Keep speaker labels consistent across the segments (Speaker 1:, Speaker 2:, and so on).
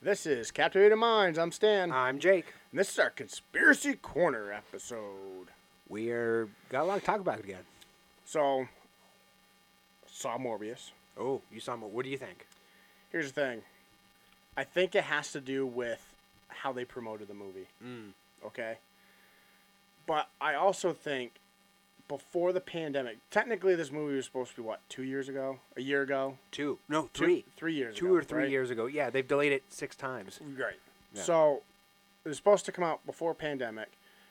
Speaker 1: This is Captivated Minds. I'm Stan. And
Speaker 2: I'm Jake.
Speaker 1: this is our Conspiracy Corner episode.
Speaker 2: We're got a lot to talk about again.
Speaker 1: So, saw Morbius.
Speaker 2: Oh, you saw what? What do you think?
Speaker 1: Here's the thing I think it has to do with how they promoted the movie.
Speaker 2: Mm.
Speaker 1: Okay? But I also think before the pandemic, technically this movie was supposed to be, what, two years ago? A year ago?
Speaker 2: Two? No,
Speaker 1: Two-
Speaker 2: three.
Speaker 1: three years
Speaker 2: Two
Speaker 1: ago,
Speaker 2: or three
Speaker 1: right?
Speaker 2: years ago. Yeah, they've delayed it six times.
Speaker 1: Great. So it was supposed to come out before pandemic.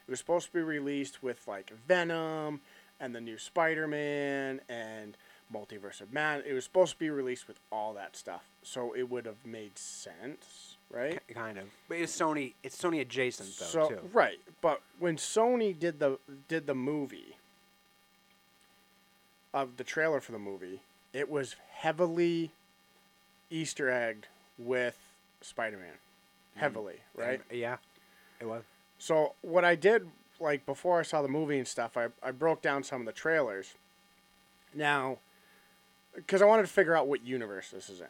Speaker 1: It was supposed to be released with like Venom and the new Spider Man and Multiverse of Man. It was supposed to be released with all that stuff. So it would have made sense, right?
Speaker 2: K- Kind of, but it's Sony. It's Sony adjacent though
Speaker 1: so
Speaker 2: too.
Speaker 1: right, but when Sony did the did the movie of the trailer for the movie, it was heavily Easter egged with Spider Man.
Speaker 2: Mm-hmm.
Speaker 1: Heavily, right?
Speaker 2: Um, yeah, it was.
Speaker 1: So what I did, like before I saw the movie and stuff, I, I broke down some of the trailers. Now, because I wanted to figure out what universe this is in.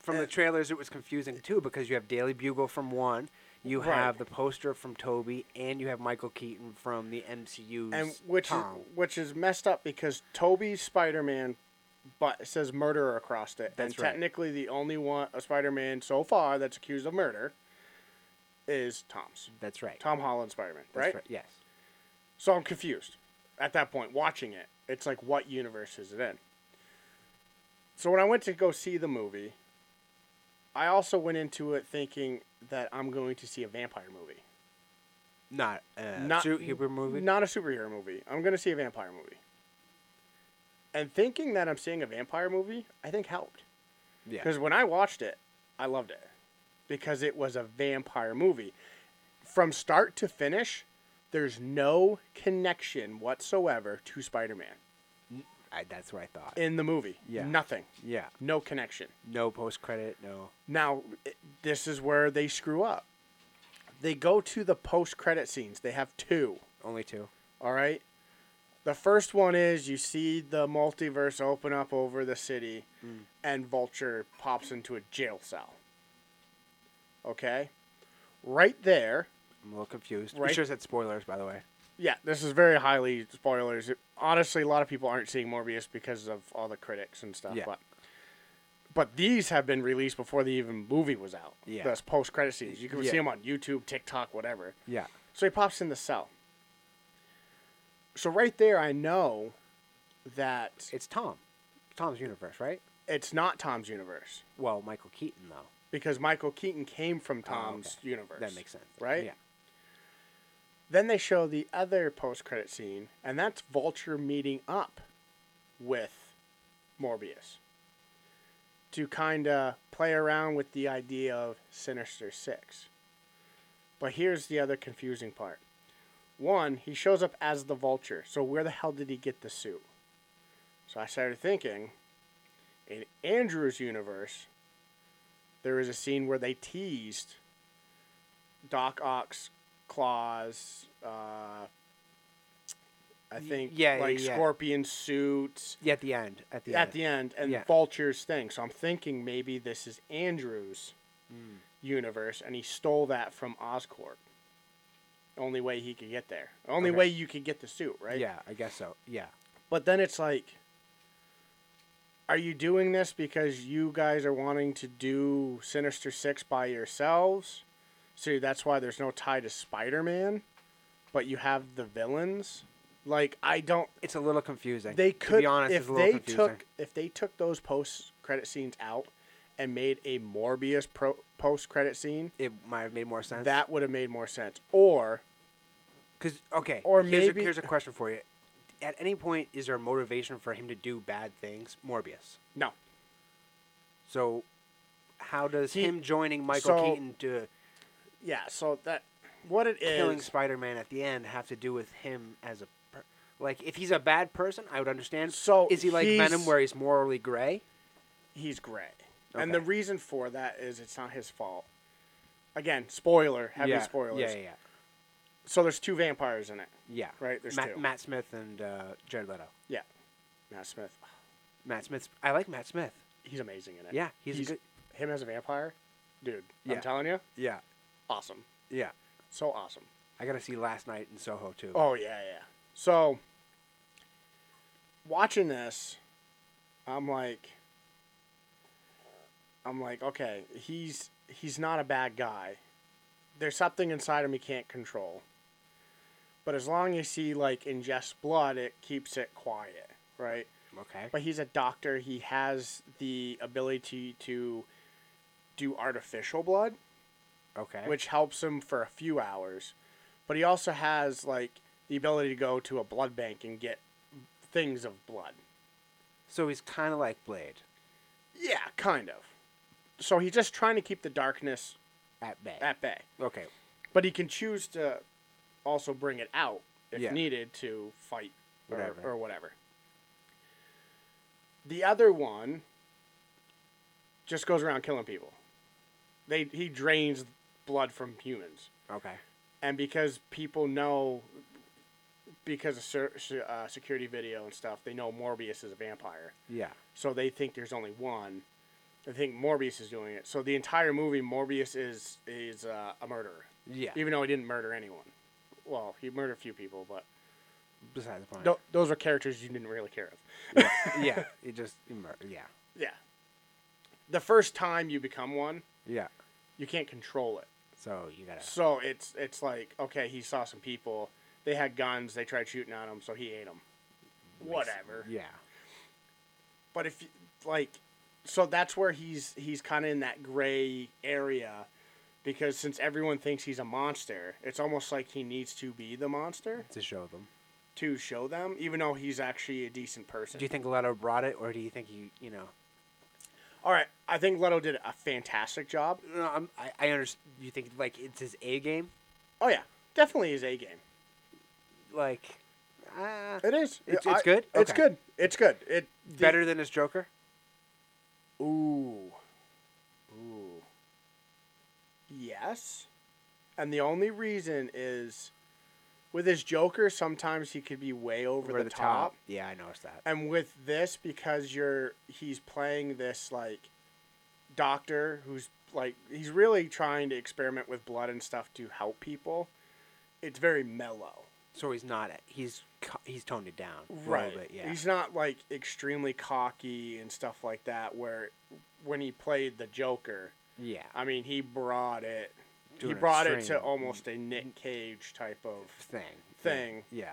Speaker 2: From
Speaker 1: Uh,
Speaker 2: the trailers, it was confusing too because you have Daily Bugle from one, you
Speaker 1: Right.
Speaker 2: have the poster from Toby, and you have Michael Keaton from the MCU's
Speaker 1: and which is,
Speaker 2: Tom.
Speaker 1: which is messed up because Toby's Spider-Man, but it says murderer across it,
Speaker 2: That's
Speaker 1: and
Speaker 2: right.
Speaker 1: technically the only one a Spider-Man so far that's accused of murder is Tom's
Speaker 2: That's right.
Speaker 1: Tom Holland Spider-Man,
Speaker 2: That's
Speaker 1: right?
Speaker 2: Yes.
Speaker 1: So I'm confused at that point watching it. It's like what universe is it in? So when I went to go see the movie, I also went into it thinking that I'm going to see a vampire movie.
Speaker 2: Not a
Speaker 1: Not-
Speaker 2: superhero movie.
Speaker 1: Not a superhero movie. I'm going to see a vampire movie. And thinking that I'm seeing a vampire movie, I think helped.
Speaker 2: yeah.
Speaker 1: Because when I watched it, I loved it. Because it was a vampire movie. From start to finish, there's no connection whatsoever to Spider Man
Speaker 2: I, that's what I thought.
Speaker 1: in the movie.
Speaker 2: Yeah.
Speaker 1: Nothing.
Speaker 2: yeah.
Speaker 1: No connection.
Speaker 2: No post credit. No.
Speaker 1: Now, it- this is where they screw up. They go to the post credit scenes, they have two.
Speaker 2: Only two.
Speaker 1: All right. The first one is you see the multiverse open up over the city,
Speaker 2: Hmm.
Speaker 1: and Vulture pops into a jail cell. Okay. Right there.
Speaker 2: I'm a little confused.
Speaker 1: Right.
Speaker 2: We should have said spoilers, by the way.
Speaker 1: Yeah, this is very highly spoilers. Honestly, a lot of people aren't seeing Morbius because of all the critics and stuff.
Speaker 2: Yeah.
Speaker 1: But but these have been released before the even movie was out.
Speaker 2: Yeah.
Speaker 1: Those post credit scenes. You can see
Speaker 2: Yeah.
Speaker 1: 'em see them on YouTube, TikTok, whatever.
Speaker 2: Yeah.
Speaker 1: So he pops in the cell. So right there, I know that
Speaker 2: It's Tom. Tom's universe, right?
Speaker 1: it's not Tom's universe
Speaker 2: Well, Michael Keaton though.
Speaker 1: because Michael Keaton came from Tom's
Speaker 2: Oh, okay.
Speaker 1: universe.
Speaker 2: That makes sense.
Speaker 1: right?
Speaker 2: Yeah.
Speaker 1: Then they show the other post-credit scene, and that's Vulture meeting up with Morbius to kind of play around with the idea of Sinister Six. But here's the other confusing part. One, he shows up as the Vulture, so where the hell did he get the suit? So I started thinking, in Andrew's universe, there is a scene where they teased Doc Ock's claws. Uh, I think
Speaker 2: yeah,
Speaker 1: like
Speaker 2: yeah, yeah.
Speaker 1: scorpion suits
Speaker 2: Yeah. At the end. At the
Speaker 1: at
Speaker 2: end.
Speaker 1: the end and
Speaker 2: Yeah.
Speaker 1: Vulture's thing. So I'm thinking maybe this is Andrew's
Speaker 2: Hmm.
Speaker 1: universe and he stole that from Oscorp. Only way he could get there. Only
Speaker 2: Okay.
Speaker 1: way you could get the suit, right?
Speaker 2: Yeah. I guess so. Yeah.
Speaker 1: But then it's like are you doing this because you guys are wanting to do Sinister 6 by yourselves? So that's why there's no tie to Spider-Man, but you have the villains? Like I don't
Speaker 2: It's a little confusing.
Speaker 1: they
Speaker 2: To
Speaker 1: could
Speaker 2: be honest,
Speaker 1: if
Speaker 2: it's a little
Speaker 1: they
Speaker 2: confusing.
Speaker 1: took if they took those post credit scenes out and made a Morbius pro, post credit scene,
Speaker 2: it might have made more sense.
Speaker 1: that would have made more sense. Or
Speaker 2: Because okay,
Speaker 1: Or
Speaker 2: here's
Speaker 1: maybe-
Speaker 2: a, here's a question for you. At any point, is there a motivation for him to do bad things? Morbius.
Speaker 1: no,
Speaker 2: So, how does
Speaker 1: He-
Speaker 2: him joining Michael
Speaker 1: so-
Speaker 2: Keaton to
Speaker 1: yeah. So that what it is.
Speaker 2: killing Spider-Man at the end have to do with him as a per- like if he's a bad person, I would understand.
Speaker 1: So
Speaker 2: is he like
Speaker 1: he's-
Speaker 2: Venom, where he's morally gray?
Speaker 1: he's gray,
Speaker 2: Okay.
Speaker 1: and the reason for that is it's not his fault. Again, spoiler, heavy
Speaker 2: yeah.
Speaker 1: spoilers.
Speaker 2: Yeah, yeah,
Speaker 1: So there's two vampires in it.
Speaker 2: yeah.
Speaker 1: Right, there's
Speaker 2: Matt,
Speaker 1: two.
Speaker 2: Matt Smith and uh, Jared Leto.
Speaker 1: Yeah, Matt Smith,
Speaker 2: Matt Smith. I like Matt Smith.
Speaker 1: he's amazing in it.
Speaker 2: Yeah, he's a good-
Speaker 1: him as a vampire, dude.
Speaker 2: Yeah.
Speaker 1: I'm telling you,
Speaker 2: Yeah,
Speaker 1: awesome,
Speaker 2: yeah.
Speaker 1: so awesome.
Speaker 2: I gotta see Last Night in Soho too.
Speaker 1: Oh yeah, yeah. So watching this, I'm like I'm like, okay, he's he's not a bad guy. There's something inside him he can't control. But as long as he like ingests blood, it keeps it quiet, right?
Speaker 2: Okay.
Speaker 1: But he's a doctor, he has the ability to do artificial blood
Speaker 2: Okay.
Speaker 1: which helps him for a few hours. But he also has like the ability to go to a blood bank and get things of blood.
Speaker 2: so he's kind of like Blade
Speaker 1: Yeah, kind of. So he's just trying to keep the darkness
Speaker 2: at bay.
Speaker 1: at bay.
Speaker 2: okay.
Speaker 1: But he can choose to also bring it out if
Speaker 2: Yeah.
Speaker 1: needed to fight or
Speaker 2: Whatever.
Speaker 1: whatever. or whatever. The other one just goes around killing people. They he drains blood from humans.
Speaker 2: Okay.
Speaker 1: and because people know because of cer- se- uh, security video and stuff they know morbius is a vampire
Speaker 2: Yeah.
Speaker 1: so they think there's only one they think morbius is doing it so the entire movie morbius is is uh, a murderer
Speaker 2: Yeah.
Speaker 1: even though he didn't murder anyone well he murdered a few people but
Speaker 2: Besides the point.
Speaker 1: tho- those were characters you didn't really care of
Speaker 2: yeah. It just. immer- Yeah.
Speaker 1: yeah the first time you become one
Speaker 2: Yeah.
Speaker 1: you can't control it
Speaker 2: So you gotta.
Speaker 1: so it's it's like okay he saw some people they had guns they tried shooting at him so he ate them whatever
Speaker 2: Yeah.
Speaker 1: but if you- like so that's where he's he's kind of in that gray area because since everyone thinks he's a monster it's almost like he needs to be the monster
Speaker 2: To show them.
Speaker 1: to show them even though he's actually a decent person
Speaker 2: Do you think Leto brought it, or do you think you you know?
Speaker 1: all right i think leto did a fantastic job
Speaker 2: No, I'm, I I understand. You think like it's his A game,
Speaker 1: oh yeah definitely his a game
Speaker 2: like. Uh,
Speaker 1: it is
Speaker 2: It's-
Speaker 1: I-
Speaker 2: it's good?
Speaker 1: it's
Speaker 2: Okay.
Speaker 1: good it's good it the-
Speaker 2: better than his Joker.
Speaker 1: Ooh. Ooh. Yes. And the only reason is with his Joker, sometimes he could be way over, the, top.
Speaker 2: Yeah, I noticed that.
Speaker 1: And with this, because you're he's playing this like doctor who's like he's really trying to experiment with blood and stuff to help people. It's very mellow.
Speaker 2: So he's not. He's cu- he's toned it down. a little bit, yeah.
Speaker 1: He's not like extremely cocky and stuff like that where when he played the Joker,
Speaker 2: yeah.
Speaker 1: I mean, he brought it.
Speaker 2: To
Speaker 1: he
Speaker 2: an
Speaker 1: brought it
Speaker 2: extreme.
Speaker 1: to almost a Nick Cage type of,
Speaker 2: Thing.
Speaker 1: Thing.
Speaker 2: Yeah.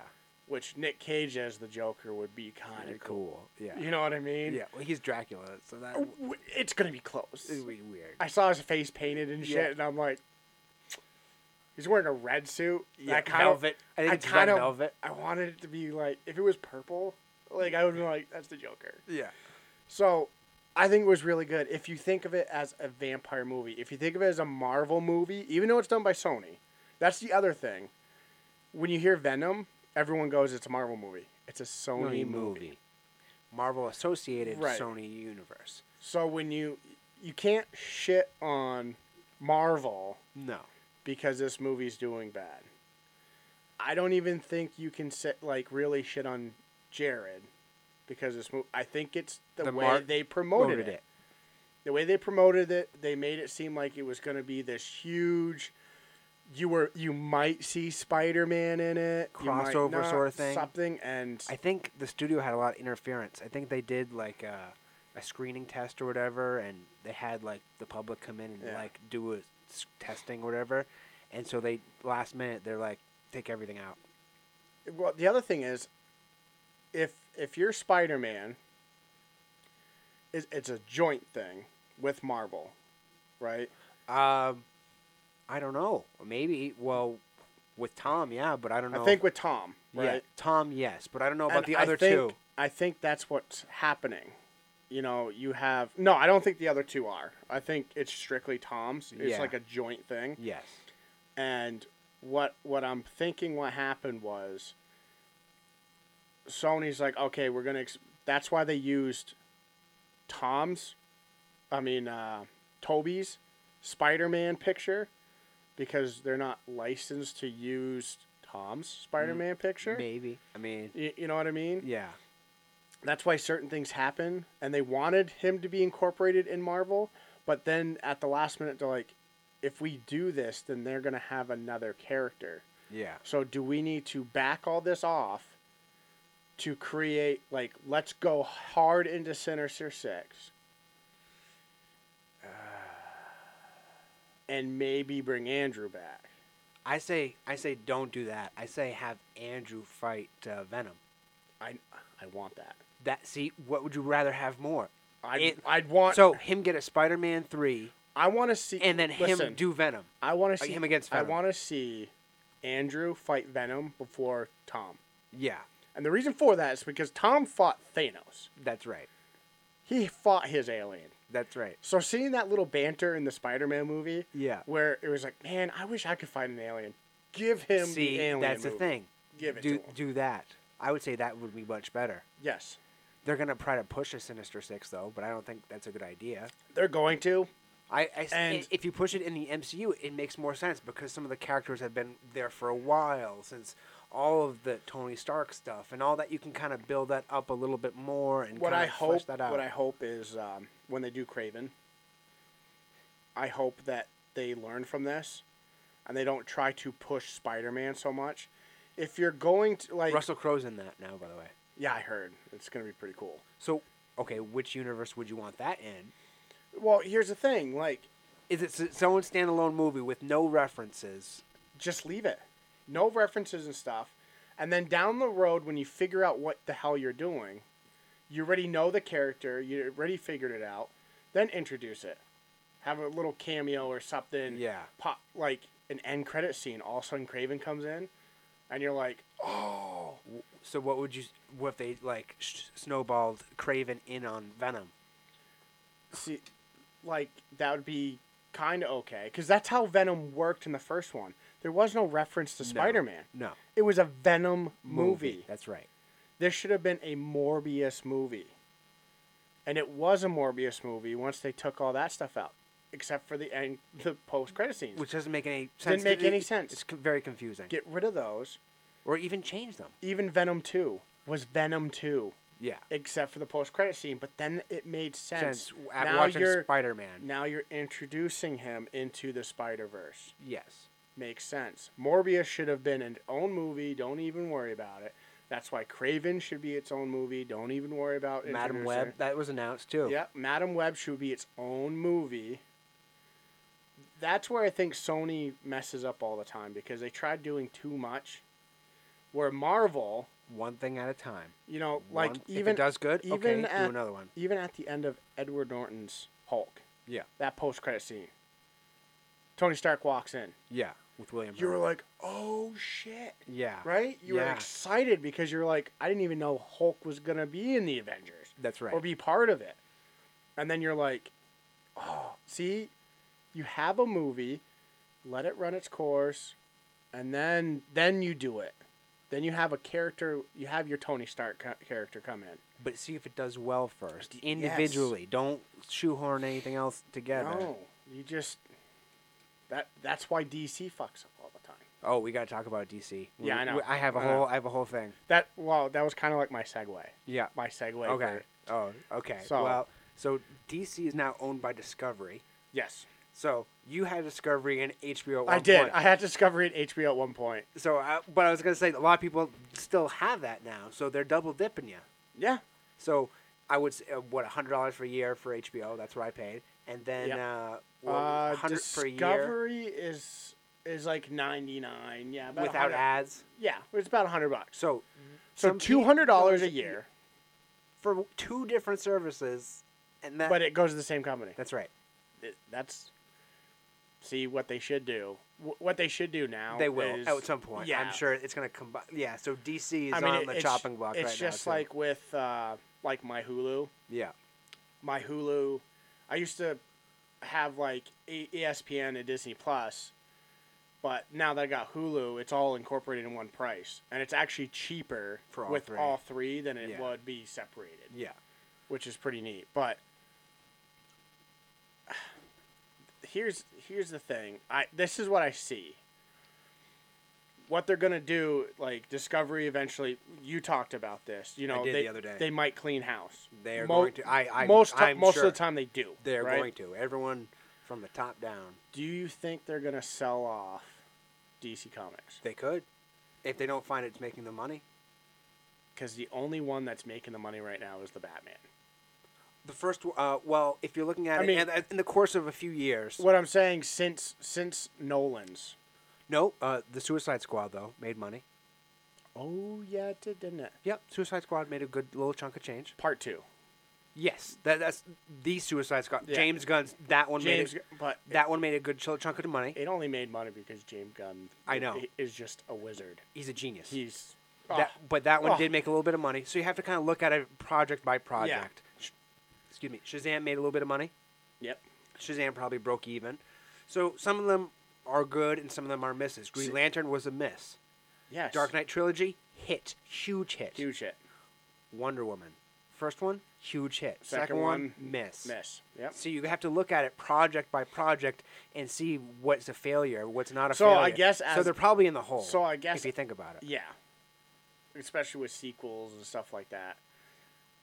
Speaker 1: which Nick Cage as the Joker would be kind
Speaker 2: Kinda
Speaker 1: of cool.
Speaker 2: Yeah.
Speaker 1: You know what I mean?
Speaker 2: Yeah. Well, he's Dracula, so that
Speaker 1: W- w- It's gonna be close.
Speaker 2: would be weird.
Speaker 1: I saw his face painted and shit,
Speaker 2: Yeah.
Speaker 1: and I'm like, he's wearing a red suit.
Speaker 2: Yeah,
Speaker 1: I kind of,
Speaker 2: velvet. I think
Speaker 1: I
Speaker 2: it's red
Speaker 1: kinda-
Speaker 2: velvet.
Speaker 1: I wanted it to be like if it was purple, like I would be like, that's the Joker.
Speaker 2: Yeah.
Speaker 1: So I think it was really good. If you think of it as a vampire movie, if you think of it as a Marvel movie, even though it's done by Sony, that's the other thing. When you hear Venom, everyone goes, it's a Marvel movie. It's a Sony movie.
Speaker 2: Marvel associated
Speaker 1: Right.
Speaker 2: Sony universe.
Speaker 1: So when you you can't shit on Marvel
Speaker 2: No.
Speaker 1: because this movie's doing bad. I don't even think you can sit like really shit on Jared because this movie. I think it's the,
Speaker 2: The
Speaker 1: way
Speaker 2: mar-
Speaker 1: they promoted,
Speaker 2: Loaded
Speaker 1: it. the way they promoted it, they made it seem like it was going to be this huge. You were you might see Spider Man in it you might
Speaker 2: Crossover
Speaker 1: not,
Speaker 2: sorta thing.
Speaker 1: something and
Speaker 2: I think the studio had a lot of interference. I think they did like a, a screening test or whatever, and they had like the public come in and
Speaker 1: Yeah.
Speaker 2: like do a s- testing or whatever, and so they last minute they're like take everything out.
Speaker 1: well the other thing is if if you're Spider Man, it's, it's a joint thing with Marvel, right?
Speaker 2: Um, I don't know. Maybe well with Tom, yeah, but I don't know.
Speaker 1: I think
Speaker 2: if-
Speaker 1: with Tom,
Speaker 2: yeah
Speaker 1: right?
Speaker 2: Tom, yes, but I don't know about
Speaker 1: And
Speaker 2: the
Speaker 1: I
Speaker 2: other
Speaker 1: think-
Speaker 2: two.
Speaker 1: I think that's what's happening. You know, you have no. I don't think the other two are. I think it's strictly Tom's. It's
Speaker 2: Yeah.
Speaker 1: like a joint thing.
Speaker 2: Yes.
Speaker 1: And what what I'm thinking what happened was Sony's like, okay, we're gonna. Ex-. That's why they used Tom's, I mean uh, Toby's Spider-Man picture because they're not licensed to use Tom's Spider-Man picture.
Speaker 2: Maybe. I mean,
Speaker 1: Y- you know what I mean?
Speaker 2: yeah.
Speaker 1: that's why certain things happen and they wanted him to be incorporated in marvel But then at the last minute, they're like, if we do this, then they're going to have another character.
Speaker 2: Yeah.
Speaker 1: So do we need to back all this off to create, like, let's go hard into Sinister Six uh, and maybe bring Andrew back?
Speaker 2: I say I say don't do that. I say have Andrew fight uh, Venom.
Speaker 1: I, I want that.
Speaker 2: That see, what would you rather have more?
Speaker 1: I'd,
Speaker 2: It-
Speaker 1: I'd want.
Speaker 2: So him get a Spider-Man three,
Speaker 1: I want to see.
Speaker 2: and then
Speaker 1: listen,
Speaker 2: him do Venom.
Speaker 1: I want to
Speaker 2: uh,
Speaker 1: see
Speaker 2: him against
Speaker 1: I
Speaker 2: Venom.
Speaker 1: want to see Andrew fight Venom before Tom.
Speaker 2: Yeah,
Speaker 1: And the reason for that is because Tom fought Thanos.
Speaker 2: that's right.
Speaker 1: He fought his alien.
Speaker 2: That's right.
Speaker 1: So seeing that little banter in the Spider-Man movie,
Speaker 2: Yeah.
Speaker 1: where it was like, "Man, I wish I could fight an alien." Give him
Speaker 2: see,
Speaker 1: the alien.
Speaker 2: that's the
Speaker 1: movie.
Speaker 2: thing.
Speaker 1: Give it
Speaker 2: do
Speaker 1: to him.
Speaker 2: do that. I would say that would be much better.
Speaker 1: Yes,
Speaker 2: They're gonna try to push a Sinister Six though, but I don't think that's a good idea.
Speaker 1: they're going to.
Speaker 2: I, I s-
Speaker 1: And-
Speaker 2: if you push it in the MCU, it makes more sense because some of the characters have been there for a while since all of the Tony Stark stuff and all that. You can kind of build that up a little bit more and
Speaker 1: What
Speaker 2: kind
Speaker 1: I
Speaker 2: of flesh
Speaker 1: hope,
Speaker 2: that out.
Speaker 1: what I hope is um, when they do Craven, I hope that they learn from this, and they don't try to push Spider-Man so much. If you're going to like,
Speaker 2: Russell Crowe's in that now, by the way.
Speaker 1: yeah, I heard it's gonna be pretty cool.
Speaker 2: So okay, which universe would you want that in?
Speaker 1: Well, here's the thing: like,
Speaker 2: Is it s- its own standalone movie with no references?
Speaker 1: just leave it. No references and stuff. And then down the road, when you figure out what the hell you're doing, you already know the character, you already figured it out, then introduce it. Have a little cameo or something.
Speaker 2: Yeah.
Speaker 1: Pop, like an end credit scene. All of a sudden, Craven comes in, and you're like, oh.
Speaker 2: So what would you? s- What if they like sh- snowballed Craven in on Venom?
Speaker 1: See, like, that would be kind of okay. Because that's how Venom worked in the first one. There was no reference to Spider Man,
Speaker 2: No
Speaker 1: it was a Venom movie.
Speaker 2: That's right.
Speaker 1: This should have been a Morbius movie. And it was a Morbius movie once they took all that stuff out, except for the end, the post credit scenes.
Speaker 2: Which doesn't make any sense.
Speaker 1: Didn't make
Speaker 2: It-
Speaker 1: any
Speaker 2: it-
Speaker 1: sense.
Speaker 2: It's c- very confusing.
Speaker 1: Get rid of those.
Speaker 2: or even change them.
Speaker 1: Even Venom 2 was Venom 2,
Speaker 2: Yeah.
Speaker 1: except for the post credit scene. But then it made sense.
Speaker 2: Since at
Speaker 1: now
Speaker 2: watching
Speaker 1: you're
Speaker 2: Spider Man.
Speaker 1: now you're introducing him into the Spider Verse.
Speaker 2: Yes.
Speaker 1: Makes sense. Morbius should have been its own movie. Don't even worry about it. That's why Craven should be its own movie. Don't even worry about
Speaker 2: Madam
Speaker 1: introducing-
Speaker 2: Web, that was announced too.
Speaker 1: Yeah, Madam Web should be its own movie. That's where I think Sony messes up all the time because they tried doing too much. Where Marvel,
Speaker 2: One thing at a time.
Speaker 1: you know, like
Speaker 2: One- if
Speaker 1: even
Speaker 2: it does good,
Speaker 1: even
Speaker 2: okay,
Speaker 1: at-
Speaker 2: do another one.
Speaker 1: even at the end of Edward Norton's Hulk,
Speaker 2: Yeah.
Speaker 1: that post credit scene, Tony Stark walks in.
Speaker 2: Yeah. With William.
Speaker 1: You were
Speaker 2: Hurt.
Speaker 1: like, "Oh shit!"
Speaker 2: Yeah.
Speaker 1: Right? You were
Speaker 2: Ah, Yeah.
Speaker 1: excited because you're like, "I didn't even know Hulk was gonna be in the Avengers."
Speaker 2: That's right.
Speaker 1: or be part of it. And then you're like, oh, see, you have a movie, let it run its course, and then then you do it. Then you have a character, you have your Tony Stark ca- character come in.
Speaker 2: but see if it does well first. Individually. Don't shoehorn anything else together.
Speaker 1: No, you just that that's why DC fucks up all the time.
Speaker 2: Oh, we gotta talk about DC. We-
Speaker 1: Yeah, I know.
Speaker 2: we- I have a
Speaker 1: I know.
Speaker 2: whole I have a whole thing.
Speaker 1: That well, that was kind of like my segue.
Speaker 2: Yeah.
Speaker 1: My segue.
Speaker 2: Okay.
Speaker 1: for-
Speaker 2: Oh, okay.
Speaker 1: So-
Speaker 2: well so DC is now owned by Discovery.
Speaker 1: yes,
Speaker 2: So you had Discovery and HBO. At one
Speaker 1: I did.
Speaker 2: Point.
Speaker 1: I had Discovery at HBO at one point.
Speaker 2: So, I, but I was gonna say a lot of people still have that now, so they're double dipping you.
Speaker 1: Yeah,
Speaker 2: So I would say, uh, what hundred dollars for a year for HBO. That's what I paid, and then
Speaker 1: Yep.
Speaker 2: uh, what,
Speaker 1: Uh,
Speaker 2: hundred for a year
Speaker 1: Discovery is is like ninety nine. Yeah, about
Speaker 2: without
Speaker 1: 100.
Speaker 2: ads.
Speaker 1: Yeah, it's about hundred bucks.
Speaker 2: So,
Speaker 1: So
Speaker 2: some pe-
Speaker 1: two hundred dollars a year,
Speaker 2: for two different services, and that.
Speaker 1: but it goes to the same company.
Speaker 2: that's right.
Speaker 1: It- That's see what they should do. Wh- What they should do now.
Speaker 2: They will
Speaker 1: is-
Speaker 2: at some point.
Speaker 1: Yeah,
Speaker 2: I'm sure it's gonna combine. Yeah. So DC is
Speaker 1: I mean,
Speaker 2: on
Speaker 1: it-
Speaker 2: the
Speaker 1: it's-
Speaker 2: chopping block
Speaker 1: It's
Speaker 2: right now.
Speaker 1: just
Speaker 2: too.
Speaker 1: like with uh, like my Hulu.
Speaker 2: yeah.
Speaker 1: my Hulu. I used to have like E- ESPN and Disney Plus, but now that I got Hulu, it's all incorporated in one price, and it's actually cheaper
Speaker 2: For all
Speaker 1: with
Speaker 2: three.
Speaker 1: all three than it
Speaker 2: Yeah.
Speaker 1: would be separated,
Speaker 2: Yeah.
Speaker 1: which is pretty neat. But here's here's the thing. I this is what I see. what they're gonna do, like Discovery eventually. You talked about this. You know,
Speaker 2: did
Speaker 1: they
Speaker 2: the other day.
Speaker 1: they might clean house.
Speaker 2: They are
Speaker 1: Mo-
Speaker 2: going to. I, I
Speaker 1: most ti-
Speaker 2: I'm
Speaker 1: most
Speaker 2: sure
Speaker 1: of the time they do.
Speaker 2: they're
Speaker 1: right?
Speaker 2: going to. Everyone from the top down,
Speaker 1: Do you think they're gonna sell off DC Comics?
Speaker 2: they could, if they don't find it's making the money.
Speaker 1: Because the only one that's making the money right now is the Batman.
Speaker 2: The first, uh, well, if you're looking at
Speaker 1: I
Speaker 2: it uh,
Speaker 1: mean-
Speaker 2: in, in the course of a few years,
Speaker 1: What I'm saying since since Nolan's.
Speaker 2: no, uh, the Suicide Squad though made money.
Speaker 1: Oh yeah, it did, didn't it?
Speaker 2: Yep, Suicide Squad made a good little chunk of change.
Speaker 1: Part two.
Speaker 2: Yes, that, that's the Suicide Squad.
Speaker 1: Yeah.
Speaker 2: James Gunn's that one
Speaker 1: James,
Speaker 2: made
Speaker 1: but
Speaker 2: a, that one made a good ch- chunk of money.
Speaker 1: it only made money because James Gunn.
Speaker 2: I know.
Speaker 1: is just a wizard.
Speaker 2: He's a genius.
Speaker 1: He's.
Speaker 2: That,
Speaker 1: ah.
Speaker 2: but that one
Speaker 1: Oh.
Speaker 2: did make a little bit of money, so you have to kind of look at it project by project. Sh- Excuse me, Shazam made a little bit of money.
Speaker 1: Yep.
Speaker 2: Shazam probably broke even. So some of them are good and some of them are misses. Green
Speaker 1: See-
Speaker 2: Lantern was a miss.
Speaker 1: Yes.
Speaker 2: Dark Knight trilogy hit, huge hit.
Speaker 1: Huge hit.
Speaker 2: Wonder Woman, first one huge hit.
Speaker 1: Second
Speaker 2: Second, one,
Speaker 1: one,
Speaker 2: miss.
Speaker 1: Miss. Yep.
Speaker 2: So you have to look at it project by project and see what's a failure, what's not a
Speaker 1: So
Speaker 2: failure.
Speaker 1: I guess
Speaker 2: so
Speaker 1: as-
Speaker 2: they're probably in the hole.
Speaker 1: so I guess-
Speaker 2: if you think about it,
Speaker 1: Yeah. Especially with sequels and stuff like that.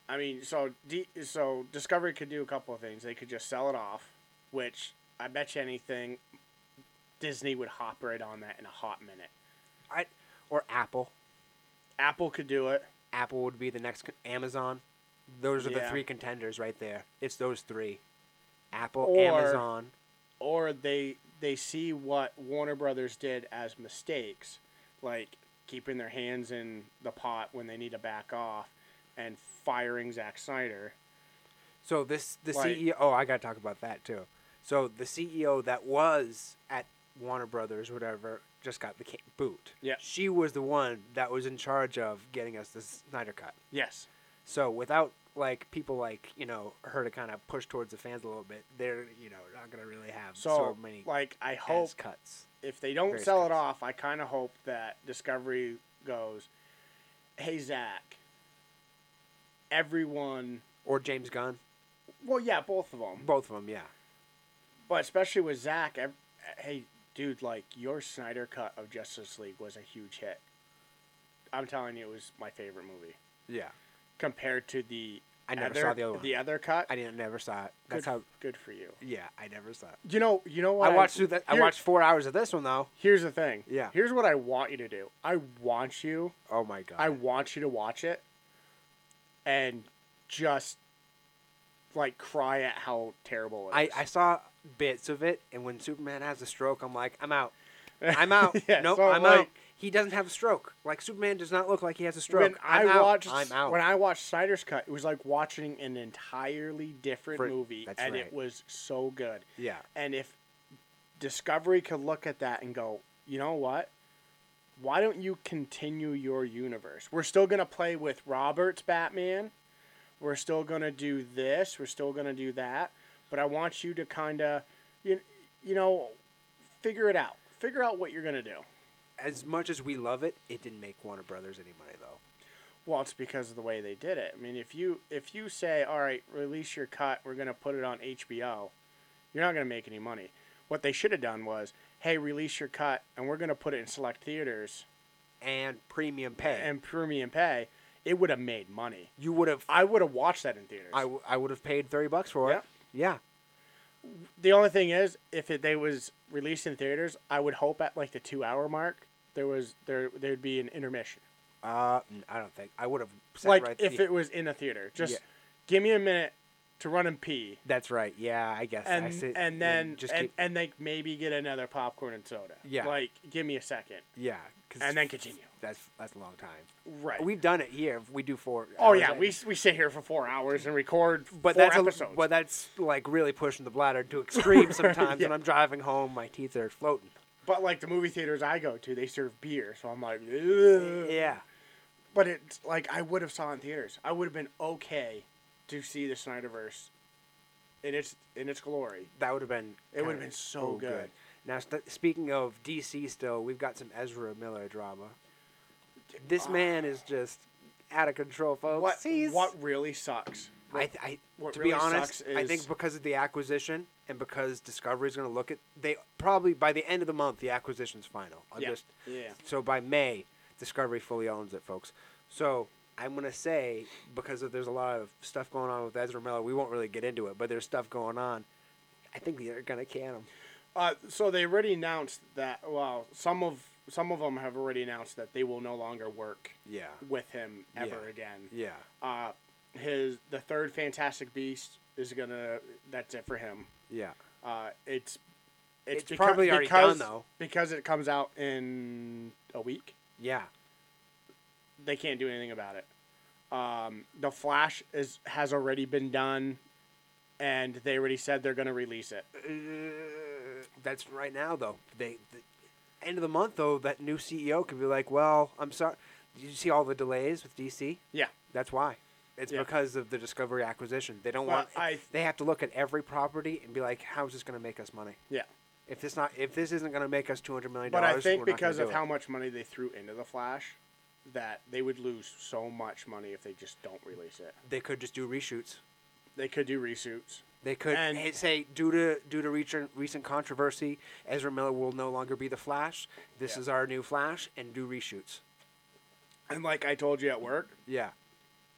Speaker 1: I mean, so D, so Discovery could do a couple of things. They could just sell it off, which I bet you anything, Disney would hop right on that in a hot minute.
Speaker 2: I, or Apple,
Speaker 1: Apple could do it.
Speaker 2: Apple would be the next con- Amazon. Those are the
Speaker 1: Yeah.
Speaker 2: three contenders right there. It's those three: Apple,
Speaker 1: Or-
Speaker 2: Amazon.
Speaker 1: or they they see what Warner Brothers did as mistakes, like keeping their hands in the pot when they need to back off, and firing Zack Snyder.
Speaker 2: So this the
Speaker 1: Like-
Speaker 2: CEO. Oh, I gotta talk about that too. So the CEO that was at Warner Brothers, whatever, just got the ca- boot.
Speaker 1: Yeah.
Speaker 2: she was the one that was in charge of getting us the Snyder cut.
Speaker 1: Yes,
Speaker 2: So without like people like you know her to kind of push towards the fans a little bit, they're you know not gonna really have so,
Speaker 1: so,
Speaker 2: many
Speaker 1: like I hope
Speaker 2: ass cuts.
Speaker 1: if they don't
Speaker 2: various
Speaker 1: sell it
Speaker 2: cuts.
Speaker 1: off, I kind of hope that Discovery goes, hey Zack, everyone.
Speaker 2: Or James Gunn,
Speaker 1: Well, yeah, both of them,
Speaker 2: both of them, yeah.
Speaker 1: but especially with Zack. Ev- hey, dude, like your Snyder cut of Justice League was a huge hit. I'm telling you, it was my favorite movie
Speaker 2: Yeah,
Speaker 1: compared to the.
Speaker 2: I never saw the other one.
Speaker 1: The other cut.
Speaker 2: I didn't never saw it.
Speaker 1: good,
Speaker 2: That's how.
Speaker 1: Good for you.
Speaker 2: Yeah, I never saw it.
Speaker 1: You know. You know what?
Speaker 2: I watched through that. I
Speaker 1: here-
Speaker 2: watched four hours of this one though.
Speaker 1: Here's the thing.
Speaker 2: Yeah.
Speaker 1: Here's what I want you to do. I want you.
Speaker 2: Oh my god.
Speaker 1: I want you to watch it, and just like cry at how terrible it
Speaker 2: I,
Speaker 1: is.
Speaker 2: I saw bits of it, and when Superman has a stroke, I'm like, I'm out. I'm out.
Speaker 1: Yeah,
Speaker 2: nope,
Speaker 1: so,
Speaker 2: I'm out.
Speaker 1: like-
Speaker 2: He doesn't have a stroke. Like, Superman does not look like he has a stroke.
Speaker 1: when I
Speaker 2: I'm out.
Speaker 1: watched
Speaker 2: I'm out.
Speaker 1: when I watched Snyder's cut, it was like watching an entirely different
Speaker 2: For-
Speaker 1: movie,
Speaker 2: that's
Speaker 1: and
Speaker 2: right.
Speaker 1: it was so good.
Speaker 2: yeah.
Speaker 1: And if Discovery could look at that and go, you know what? Why don't you continue your universe? We're still gonna play with Robert's Batman. We're still gonna do this. We're still gonna do that. But I want you to kind of, you, you know, figure it out. Figure out what you're gonna do.
Speaker 2: As much as we love it, it didn't make Warner Brothers any money, though.
Speaker 1: Well, it's because of the way they did it. I mean, if you if you say, "All right, release your cut, we're going to put it on HBO," you're not going to make any money. What they should have done was, "Hey, release your cut, and we're going to put it in select theaters
Speaker 2: And premium pay.
Speaker 1: and premium pay." It would have made money.
Speaker 2: you would have.
Speaker 1: I would have watched that in theaters.
Speaker 2: I, w- I would have paid thirty bucks for it. Yeah.
Speaker 1: the only thing is, if it, they was released in theaters, I would hope at like the two hour mark there was there there'd be an intermission.
Speaker 2: Uh, n- I don't think I would have. sat
Speaker 1: Like
Speaker 2: right,
Speaker 1: if
Speaker 2: yeah.
Speaker 1: it was in a theater, just
Speaker 2: Yeah.
Speaker 1: give me a minute to run and pee.
Speaker 2: That's right. Yeah, I guess. I
Speaker 1: and
Speaker 2: see-
Speaker 1: and then
Speaker 2: just
Speaker 1: and,
Speaker 2: keep,
Speaker 1: and like maybe get another popcorn and soda.
Speaker 2: Yeah.
Speaker 1: Like, give me a second.
Speaker 2: yeah, 'cause
Speaker 1: and then continue.
Speaker 2: That's that's a long time.
Speaker 1: Right.
Speaker 2: We've done it here. We do four.
Speaker 1: oh
Speaker 2: hours
Speaker 1: yeah,
Speaker 2: in.
Speaker 1: we, we sit here for four hours and record
Speaker 2: But
Speaker 1: four
Speaker 2: that's
Speaker 1: episodes.
Speaker 2: A, but that's like really pushing the bladder to extreme sometimes.
Speaker 1: yeah.
Speaker 2: When I'm driving home, my teeth are floating.
Speaker 1: but like the movie theaters I go to, they serve beer, so I'm like, Ugh.
Speaker 2: Yeah,
Speaker 1: But it's like I would have saw it in theaters. I would have been okay to see the Snyderverse in its in its glory.
Speaker 2: that would have been.
Speaker 1: It would have
Speaker 2: kinda
Speaker 1: been so good.
Speaker 2: Now st- speaking of DC, still we've got some Ezra Miller drama. This man is just out of control, folks.
Speaker 1: What
Speaker 2: He's-
Speaker 1: what really sucks?
Speaker 2: I, th- I
Speaker 1: what
Speaker 2: to be
Speaker 1: really
Speaker 2: honest,
Speaker 1: sucks
Speaker 2: I
Speaker 1: is-
Speaker 2: think because of the acquisition and because Discovery's going to look at they probably by the end of the month the acquisition's final. I'll
Speaker 1: Yeah.
Speaker 2: just
Speaker 1: Yeah.
Speaker 2: So by May, Discovery fully owns it, folks. So I'm going to say because of, there's a lot of stuff going on with Ezra Miller, we won't really get into it, but there's stuff going on. I think they're going to can him.
Speaker 1: Uh, so they already announced that. Well, some of some of them have already announced that they will no longer work
Speaker 2: Yeah.
Speaker 1: with him ever
Speaker 2: Yeah.
Speaker 1: again.
Speaker 2: Yeah.
Speaker 1: Uh, his the third Fantastic Beast is gonna. That's it for him.
Speaker 2: Yeah.
Speaker 1: Uh, it's it's,
Speaker 2: It's
Speaker 1: becau-
Speaker 2: probably already
Speaker 1: because-
Speaker 2: done, though.
Speaker 1: because it comes out in a week.
Speaker 2: Yeah.
Speaker 1: They can't do anything about it. Um, the Flash is has already been done, and they already said they're gonna release it.
Speaker 2: Uh, that's right now though. They the end of the month though, that new CEO could be like, "Well, I'm sorry. Did you see all the delays with DC?
Speaker 1: Yeah,
Speaker 2: That's why. It's
Speaker 1: Yeah.
Speaker 2: because of the Discovery acquisition. They don't
Speaker 1: Well,
Speaker 2: want.
Speaker 1: I-
Speaker 2: they have to look at every property and be like, "How is this going to make us money?
Speaker 1: yeah.
Speaker 2: If this not, if this isn't going to make us two hundred million
Speaker 1: But
Speaker 2: dollars,
Speaker 1: I think
Speaker 2: we're not gonna
Speaker 1: because of
Speaker 2: do
Speaker 1: how
Speaker 2: it.
Speaker 1: much money they threw into the Flash, that they would lose so much money if they just don't release it.
Speaker 2: they could just do reshoots.
Speaker 1: They could do reshoots.
Speaker 2: They could
Speaker 1: And-
Speaker 2: and say due to due to recent recent controversy, Ezra Miller will no longer be the Flash. This
Speaker 1: Yeah.
Speaker 2: is our new Flash, and do reshoots.
Speaker 1: And like I told you at work,
Speaker 2: Yeah.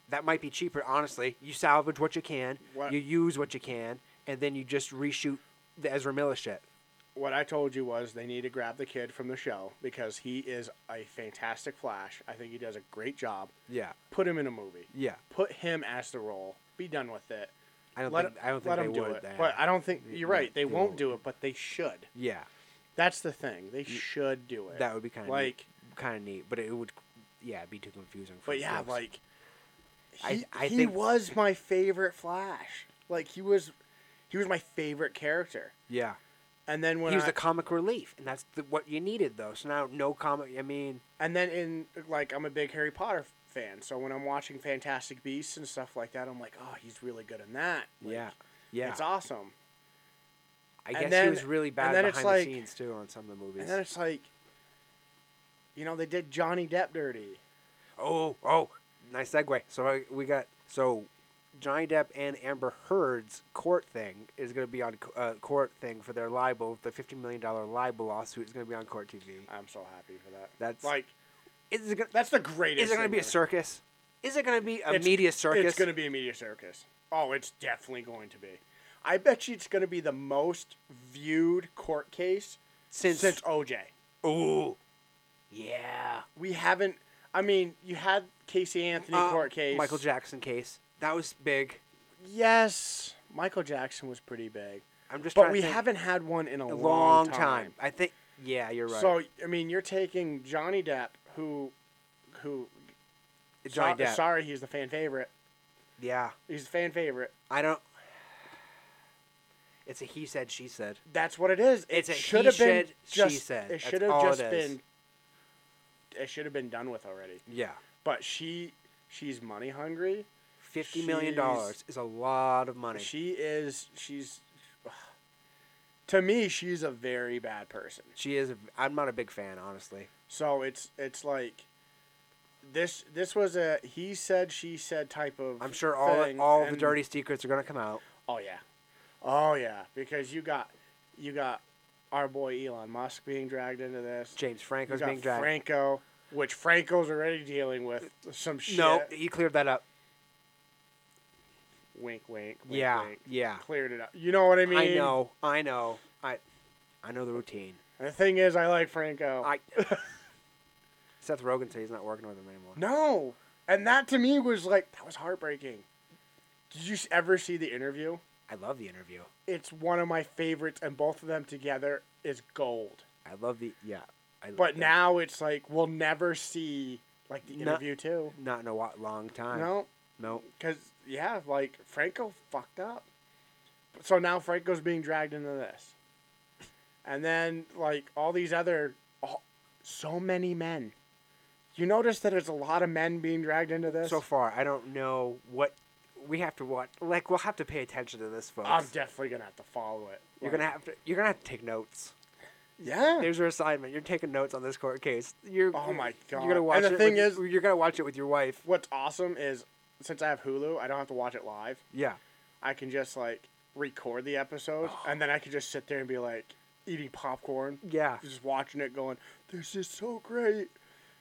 Speaker 2: That might be cheaper, honestly. You salvage what you can,
Speaker 1: What-
Speaker 2: you use what you can, and then you just reshoot the Ezra Miller shit.
Speaker 1: what I told you was they need to grab the kid from the show because he is a fantastic Flash. I think he does a great job.
Speaker 2: Yeah.
Speaker 1: Put him in a movie.
Speaker 2: Yeah.
Speaker 1: Put him as the role. Be done with it.
Speaker 2: I don't think I don't think
Speaker 1: let
Speaker 2: they
Speaker 1: him do
Speaker 2: would
Speaker 1: it.
Speaker 2: that.
Speaker 1: But I don't think
Speaker 2: They-
Speaker 1: you're right. They,
Speaker 2: they
Speaker 1: won't
Speaker 2: won't.
Speaker 1: do it, but they should.
Speaker 2: yeah.
Speaker 1: That's the thing. They should do it.
Speaker 2: That would be kind of
Speaker 1: like.
Speaker 2: kind of neat, but it would yeah, it'd be too confusing for
Speaker 1: But yeah,
Speaker 2: folks.
Speaker 1: like
Speaker 2: I-
Speaker 1: he,
Speaker 2: I
Speaker 1: he
Speaker 2: think-
Speaker 1: was my favorite Flash. Like he was, he was my favorite character.
Speaker 2: Yeah.
Speaker 1: And then when
Speaker 2: he was
Speaker 1: I,
Speaker 2: the comic relief, and that's the, what you needed though. So now no comic I mean,
Speaker 1: and then in like I'm a big Harry Potter fan, so when I'm watching Fantastic Beasts and stuff like that, I'm like, oh, he's really good in that. Like,
Speaker 2: yeah. Yeah.
Speaker 1: it's awesome.
Speaker 2: I
Speaker 1: and
Speaker 2: guess
Speaker 1: then-
Speaker 2: he was really
Speaker 1: and
Speaker 2: bad
Speaker 1: then
Speaker 2: behind
Speaker 1: it's
Speaker 2: the
Speaker 1: like-
Speaker 2: scenes too on some of the movies.
Speaker 1: And then it's like, you know, they did Johnny Depp dirty.
Speaker 2: Oh, oh, nice segue. So I, we got so Johnny Depp and Amber Heard's court thing is going to be on co- uh, court thing for their libel. The fifty million dollar libel lawsuit is going to be on court TV.
Speaker 1: I'm so happy for that.
Speaker 2: That's-
Speaker 1: like
Speaker 2: Is it going
Speaker 1: that's the greatest.
Speaker 2: is it going
Speaker 1: thing
Speaker 2: to be a
Speaker 1: ever.
Speaker 2: circus? Is it going to be a
Speaker 1: It's-
Speaker 2: media circus?
Speaker 1: It's going to be a media circus. Oh, it's definitely going to be. I bet you it's going to be the most viewed court case
Speaker 2: since,
Speaker 1: since OJ.
Speaker 2: ooh, yeah,
Speaker 1: We haven't. I mean, you had Casey Anthony
Speaker 2: Uh,
Speaker 1: court case.
Speaker 2: Michael Jackson case that was big.
Speaker 1: Yes, Michael Jackson was pretty big,
Speaker 2: I'm just
Speaker 1: but
Speaker 2: trying
Speaker 1: we
Speaker 2: to think.
Speaker 1: haven't had one in a,
Speaker 2: a
Speaker 1: long,
Speaker 2: long
Speaker 1: time.
Speaker 2: time. I think yeah, you're right.
Speaker 1: So I mean, you're taking Johnny Depp, who, who, so-
Speaker 2: Johnny Depp.
Speaker 1: sorry, he's the fan favorite.
Speaker 2: Yeah,
Speaker 1: He's the fan favorite.
Speaker 2: I don't. It's a he said she said.
Speaker 1: That's what it is. It
Speaker 2: It's a
Speaker 1: should
Speaker 2: he
Speaker 1: have been
Speaker 2: said, she
Speaker 1: just.
Speaker 2: said.
Speaker 1: It
Speaker 2: That's
Speaker 1: should have
Speaker 2: all it
Speaker 1: just
Speaker 2: is.
Speaker 1: been. It should have been done with already.
Speaker 2: Yeah.
Speaker 1: But she, she's money hungry.
Speaker 2: Fifty million dollars
Speaker 1: She's-
Speaker 2: is a lot of money.
Speaker 1: She is. She's. To me, she's a very bad person.
Speaker 2: She is. A, I'm not a big fan, honestly.
Speaker 1: So it's it's like. This this was a he said she said type of.
Speaker 2: I'm sure all
Speaker 1: thing,
Speaker 2: all the
Speaker 1: and-
Speaker 2: dirty secrets are gonna come out.
Speaker 1: Oh yeah, oh yeah, because you got, you got, our boy Elon Musk being dragged into this.
Speaker 2: James
Speaker 1: You
Speaker 2: Franco's
Speaker 1: got
Speaker 2: being dragged.
Speaker 1: Franco, which Franco's already dealing with some shit.
Speaker 2: no, he cleared that up.
Speaker 1: Wink, wink. wink
Speaker 2: yeah,
Speaker 1: Wink.
Speaker 2: yeah.
Speaker 1: Cleared it up. You know what I mean?
Speaker 2: I know. I know. I I know the routine.
Speaker 1: The thing is, I like Franco.
Speaker 2: I. Seth Rogen said he's not working with him anymore.
Speaker 1: no, and that to me was like that was heartbreaking. Did you s- ever see the interview?
Speaker 2: I love the interview.
Speaker 1: It's one of my favorites, and both of them together is gold.
Speaker 2: I love the yeah. I love
Speaker 1: But
Speaker 2: that.
Speaker 1: now it's like we'll never see like the
Speaker 2: No.
Speaker 1: interview too.
Speaker 2: not in a wa- long time.
Speaker 1: No,
Speaker 2: no.
Speaker 1: because yeah, like Franco fucked up. So now Franco's being dragged into this, and then like all these other, all, so many men. You notice that there's a lot of men being dragged into this.
Speaker 2: So far, I don't know what we have to watch. Like we'll have to pay attention to this, folks.
Speaker 1: I'm definitely gonna have to follow it.
Speaker 2: You're
Speaker 1: Like,
Speaker 2: gonna have to. You're gonna have to take notes.
Speaker 1: yeah.
Speaker 2: There's your assignment. You're taking notes on this court case. You're.
Speaker 1: Oh my
Speaker 2: You're gonna
Speaker 1: God.
Speaker 2: watch
Speaker 1: And the
Speaker 2: it
Speaker 1: thing
Speaker 2: with-
Speaker 1: is-
Speaker 2: you're gonna watch it with your wife.
Speaker 1: What's awesome is since I have Hulu, I don't have to watch it live.
Speaker 2: Yeah.
Speaker 1: I can just like record the episode, and then I can just sit there and be like eating popcorn,
Speaker 2: Yeah.
Speaker 1: just watching it, going, "This is so great."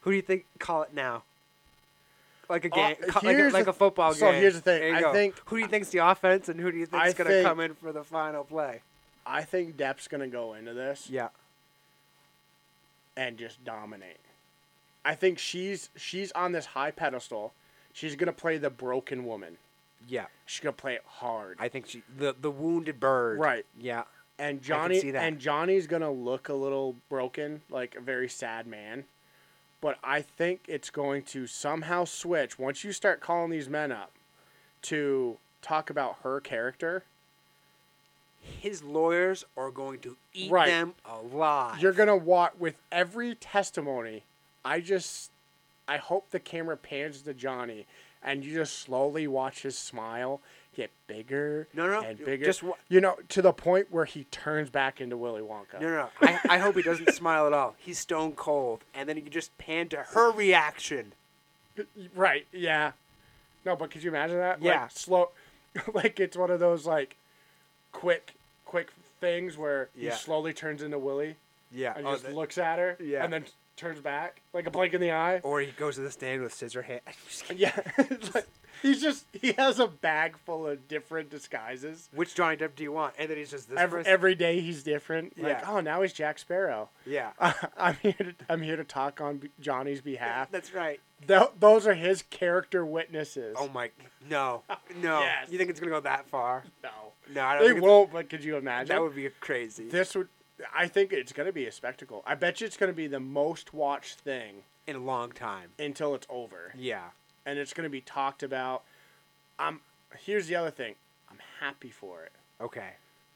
Speaker 2: Who do you think call it now? Like a game,
Speaker 1: Uh,
Speaker 2: ca- like, a,
Speaker 1: here's
Speaker 2: like
Speaker 1: the-
Speaker 2: a football
Speaker 1: so
Speaker 2: game.
Speaker 1: here's the thing.
Speaker 2: There you
Speaker 1: I
Speaker 2: go.
Speaker 1: think-
Speaker 2: who do you think's the offense and who do you think's
Speaker 1: I
Speaker 2: going
Speaker 1: think-
Speaker 2: to come in for the final play?
Speaker 1: I think Depp's gonna go into this
Speaker 2: Yeah,
Speaker 1: and just dominate. I think she's she's on this high pedestal. She's gonna play the broken woman.
Speaker 2: yeah.
Speaker 1: She's gonna play it hard.
Speaker 2: I think she the the wounded bird.
Speaker 1: Right.
Speaker 2: Yeah.
Speaker 1: and Johnny
Speaker 2: see that.
Speaker 1: and Johnny's gonna look a little broken, like a very sad man. But I think it's going to somehow switch once you start calling these men up to talk about her character.
Speaker 2: His lawyers are going to eat
Speaker 1: Right.
Speaker 2: them alive.
Speaker 1: You're gonna walk with every testimony. I just, I hope the camera pans to Johnny, and you just slowly watch his smile get bigger
Speaker 2: No, no,
Speaker 1: and bigger.
Speaker 2: just wa-
Speaker 1: you know, to the point where he turns back into Willy Wonka.
Speaker 2: No, no, no. I, I hope he doesn't smile at all. He's stone cold, and then you can just pan to her reaction.
Speaker 1: Right. Yeah. No, but could you imagine that?
Speaker 2: Yeah.
Speaker 1: Like, slow. Like it's one of those like, quick, quick things where
Speaker 2: Yeah.
Speaker 1: he slowly turns into Willy
Speaker 2: Yeah. Oh,
Speaker 1: and just looks at her.
Speaker 2: Yeah. Oh.
Speaker 1: And then turns back like a blink in the eye.
Speaker 2: or he goes to the stand with scissor hand.
Speaker 1: Yeah. It's like, he's just he has a bag full of different disguises.
Speaker 2: Which Johnny Depp do you want? And then he's just this.
Speaker 1: Every
Speaker 2: person.
Speaker 1: every day he's different. Like
Speaker 2: Yeah.
Speaker 1: oh now he's Jack Sparrow.
Speaker 2: yeah.
Speaker 1: I'm here to I'm here to talk on B- Johnny's behalf.
Speaker 2: That's right.
Speaker 1: Th- those are his character witnesses.
Speaker 2: Oh my! No, no.
Speaker 1: Yes.
Speaker 2: You think it's gonna go that far?
Speaker 1: no.
Speaker 2: No, I don't
Speaker 1: They
Speaker 2: think
Speaker 1: won't, but could you
Speaker 2: it's,
Speaker 1: imagine?
Speaker 2: that would be crazy.
Speaker 1: this would. I think it's going to be a spectacle. I bet you it's going to be the most watched thing
Speaker 2: In a long time.
Speaker 1: until it's over,
Speaker 2: Yeah.
Speaker 1: and it's going to be talked about. I'm. Here's the other thing. I'm happy for it.
Speaker 2: Okay.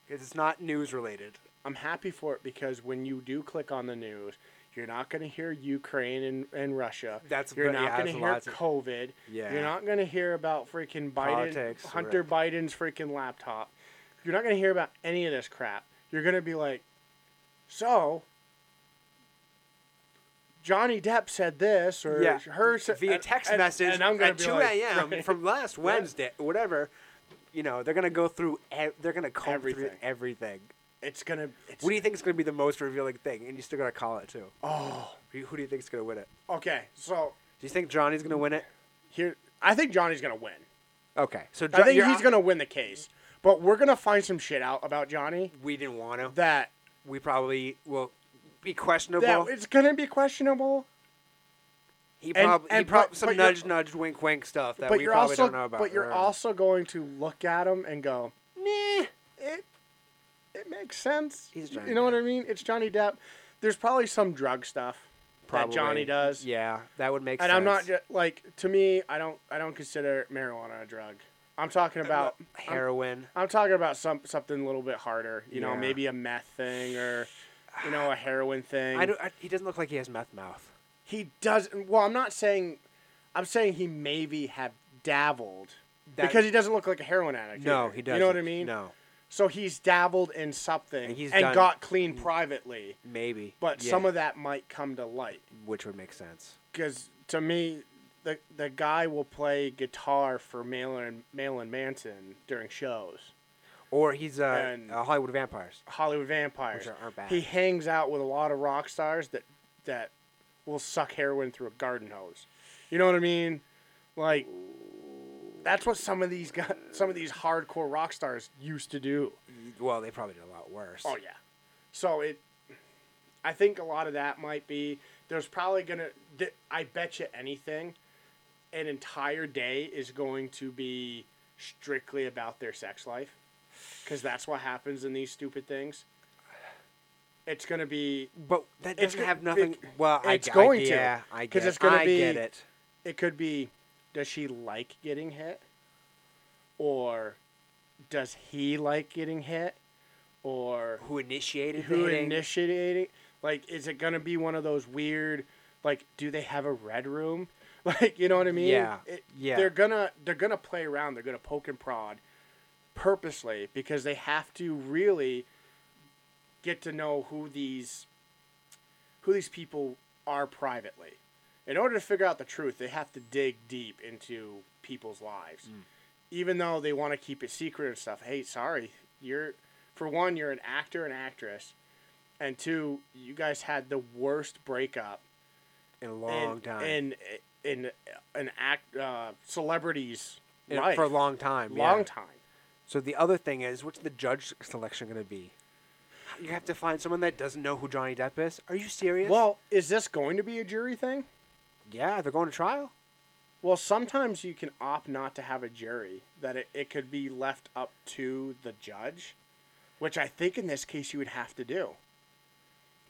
Speaker 2: Because it's not news related.
Speaker 1: I'm happy for it because when you do click on the news, you're not going to hear Ukraine and, and Russia.
Speaker 2: That's-
Speaker 1: you're
Speaker 2: yeah,
Speaker 1: not
Speaker 2: that's
Speaker 1: going to
Speaker 2: a
Speaker 1: hear
Speaker 2: lot to-
Speaker 1: COVID.
Speaker 2: Yeah.
Speaker 1: You're not going to hear about freaking Biden,
Speaker 2: Politics,
Speaker 1: Hunter Biden's freaking laptop. You're not going to hear about any of this crap. You're going to be like, so. Johnny Depp said this, or
Speaker 2: Yeah.
Speaker 1: her sa-
Speaker 2: Via
Speaker 1: and-
Speaker 2: text
Speaker 1: and-
Speaker 2: message
Speaker 1: and I'm gonna
Speaker 2: at
Speaker 1: be
Speaker 2: two
Speaker 1: like,
Speaker 2: a.m.
Speaker 1: right.
Speaker 2: from last Wednesday, whatever. You know, they're gonna go through. Ev- they're gonna comb through
Speaker 1: Everything.
Speaker 2: everything.
Speaker 1: It's gonna. It's,
Speaker 2: What do you think is gonna be the most revealing thing? And you still gotta call it too.
Speaker 1: oh,
Speaker 2: Who who do you think is gonna win it?
Speaker 1: okay. So
Speaker 2: Do you think Johnny's gonna win it?
Speaker 1: here, I think Johnny's gonna win.
Speaker 2: Okay. So
Speaker 1: I think
Speaker 2: you're-
Speaker 1: he's gonna win the case, but we're gonna find some shit out about Johnny
Speaker 2: We didn't want to.
Speaker 1: that
Speaker 2: we probably will be questionable.
Speaker 1: that it's gonna be questionable.
Speaker 2: He
Speaker 1: And-
Speaker 2: probably
Speaker 1: and
Speaker 2: he prob-
Speaker 1: but-
Speaker 2: some
Speaker 1: but you're-
Speaker 2: nudge, nudge, wink, wink stuff that
Speaker 1: But
Speaker 2: we
Speaker 1: you're
Speaker 2: probably
Speaker 1: also
Speaker 2: don't know about. Uh,
Speaker 1: but you're
Speaker 2: right?
Speaker 1: also going to look at him and go,
Speaker 2: Meh.
Speaker 1: it it makes sense.
Speaker 2: He's
Speaker 1: You-
Speaker 2: Johnny
Speaker 1: you know what
Speaker 2: Depp.
Speaker 1: I mean? It's Johnny Depp. There's probably some drug stuff
Speaker 2: Probably.
Speaker 1: that Johnny does.
Speaker 2: Yeah, that would make
Speaker 1: and
Speaker 2: sense.
Speaker 1: I'm not ju- like to me, I don't I don't consider marijuana a drug. I'm talking about I'm-
Speaker 2: heroin.
Speaker 1: I'm talking about some something a little bit harder. You know,
Speaker 2: Yeah.
Speaker 1: maybe a meth thing or you know a heroin thing.
Speaker 2: I don't, I, he doesn't look like he has meth mouth.
Speaker 1: He doesn't. Well, I'm not saying. I'm saying he maybe have dabbled
Speaker 2: That-
Speaker 1: because he doesn't look like a heroin addict.
Speaker 2: No,
Speaker 1: either.
Speaker 2: he doesn't.
Speaker 1: You know what I mean?
Speaker 2: No,
Speaker 1: So he's dabbled in something
Speaker 2: And
Speaker 1: and, Mm.
Speaker 2: he's done-
Speaker 1: got clean privately,
Speaker 2: maybe.
Speaker 1: but
Speaker 2: Yeah,
Speaker 1: some of that might come to light.
Speaker 2: which would make sense.
Speaker 1: Because to me, the the guy will play guitar for Marilyn Marilyn Manson during shows.
Speaker 2: Or he's uh,
Speaker 1: And-
Speaker 2: uh, Hollywood vampires.
Speaker 1: Hollywood vampires.
Speaker 2: Which are- are bad.
Speaker 1: He hangs out with a lot of rock stars that that will suck heroin through a garden hose. You know what I mean? Like that's what some of these guys, some of these hardcore rock stars used to do.
Speaker 2: Well, they probably did a lot worse.
Speaker 1: Oh yeah. So it, I think a lot of that might be. There's probably gonna. th- I bet you anything, an entire day is going to be strictly about their sex life, because that's what happens in these stupid things. It's gonna be.
Speaker 2: But that
Speaker 1: It's
Speaker 2: doesn't
Speaker 1: go-
Speaker 2: have nothing.
Speaker 1: it-
Speaker 2: well, I,
Speaker 1: it's
Speaker 2: I-
Speaker 1: going to,
Speaker 2: yeah, I
Speaker 1: 'cause
Speaker 2: get,
Speaker 1: it's gonna
Speaker 2: I
Speaker 1: be-
Speaker 2: get it.
Speaker 1: It could be. Does she like getting hit? Or, does he like getting hit? Or
Speaker 2: Who initiated the
Speaker 1: who
Speaker 2: hitting?
Speaker 1: initiating like is it gonna be one of those weird like do they have a red room like you know what i mean
Speaker 2: Yeah,
Speaker 1: It-
Speaker 2: yeah.
Speaker 1: they're gonna they're gonna play around they're gonna poke and prod purposely because they have to really get to know who these who these people are privately in order to figure out the truth, they have to dig deep into people's lives.
Speaker 2: Mm.
Speaker 1: Even though they want to keep it secret and stuff. Hey, sorry, you're for one, you're an actor and actress, and two, you guys had the worst breakup
Speaker 2: in a long
Speaker 1: in,
Speaker 2: time.
Speaker 1: in in an act uh, celebrities
Speaker 2: In-
Speaker 1: life
Speaker 2: for a long time.
Speaker 1: long
Speaker 2: yeah.
Speaker 1: time.
Speaker 2: So the other thing is, what's the judge selection going to be? You have to find someone that doesn't know who Johnny Depp is. Are you serious?
Speaker 1: Well, is this going to be a jury thing?
Speaker 2: yeah, they're going to trial.
Speaker 1: Well, sometimes you can opt not to have a jury, that it, it could be left up to the judge, which I think in this case you would have to do.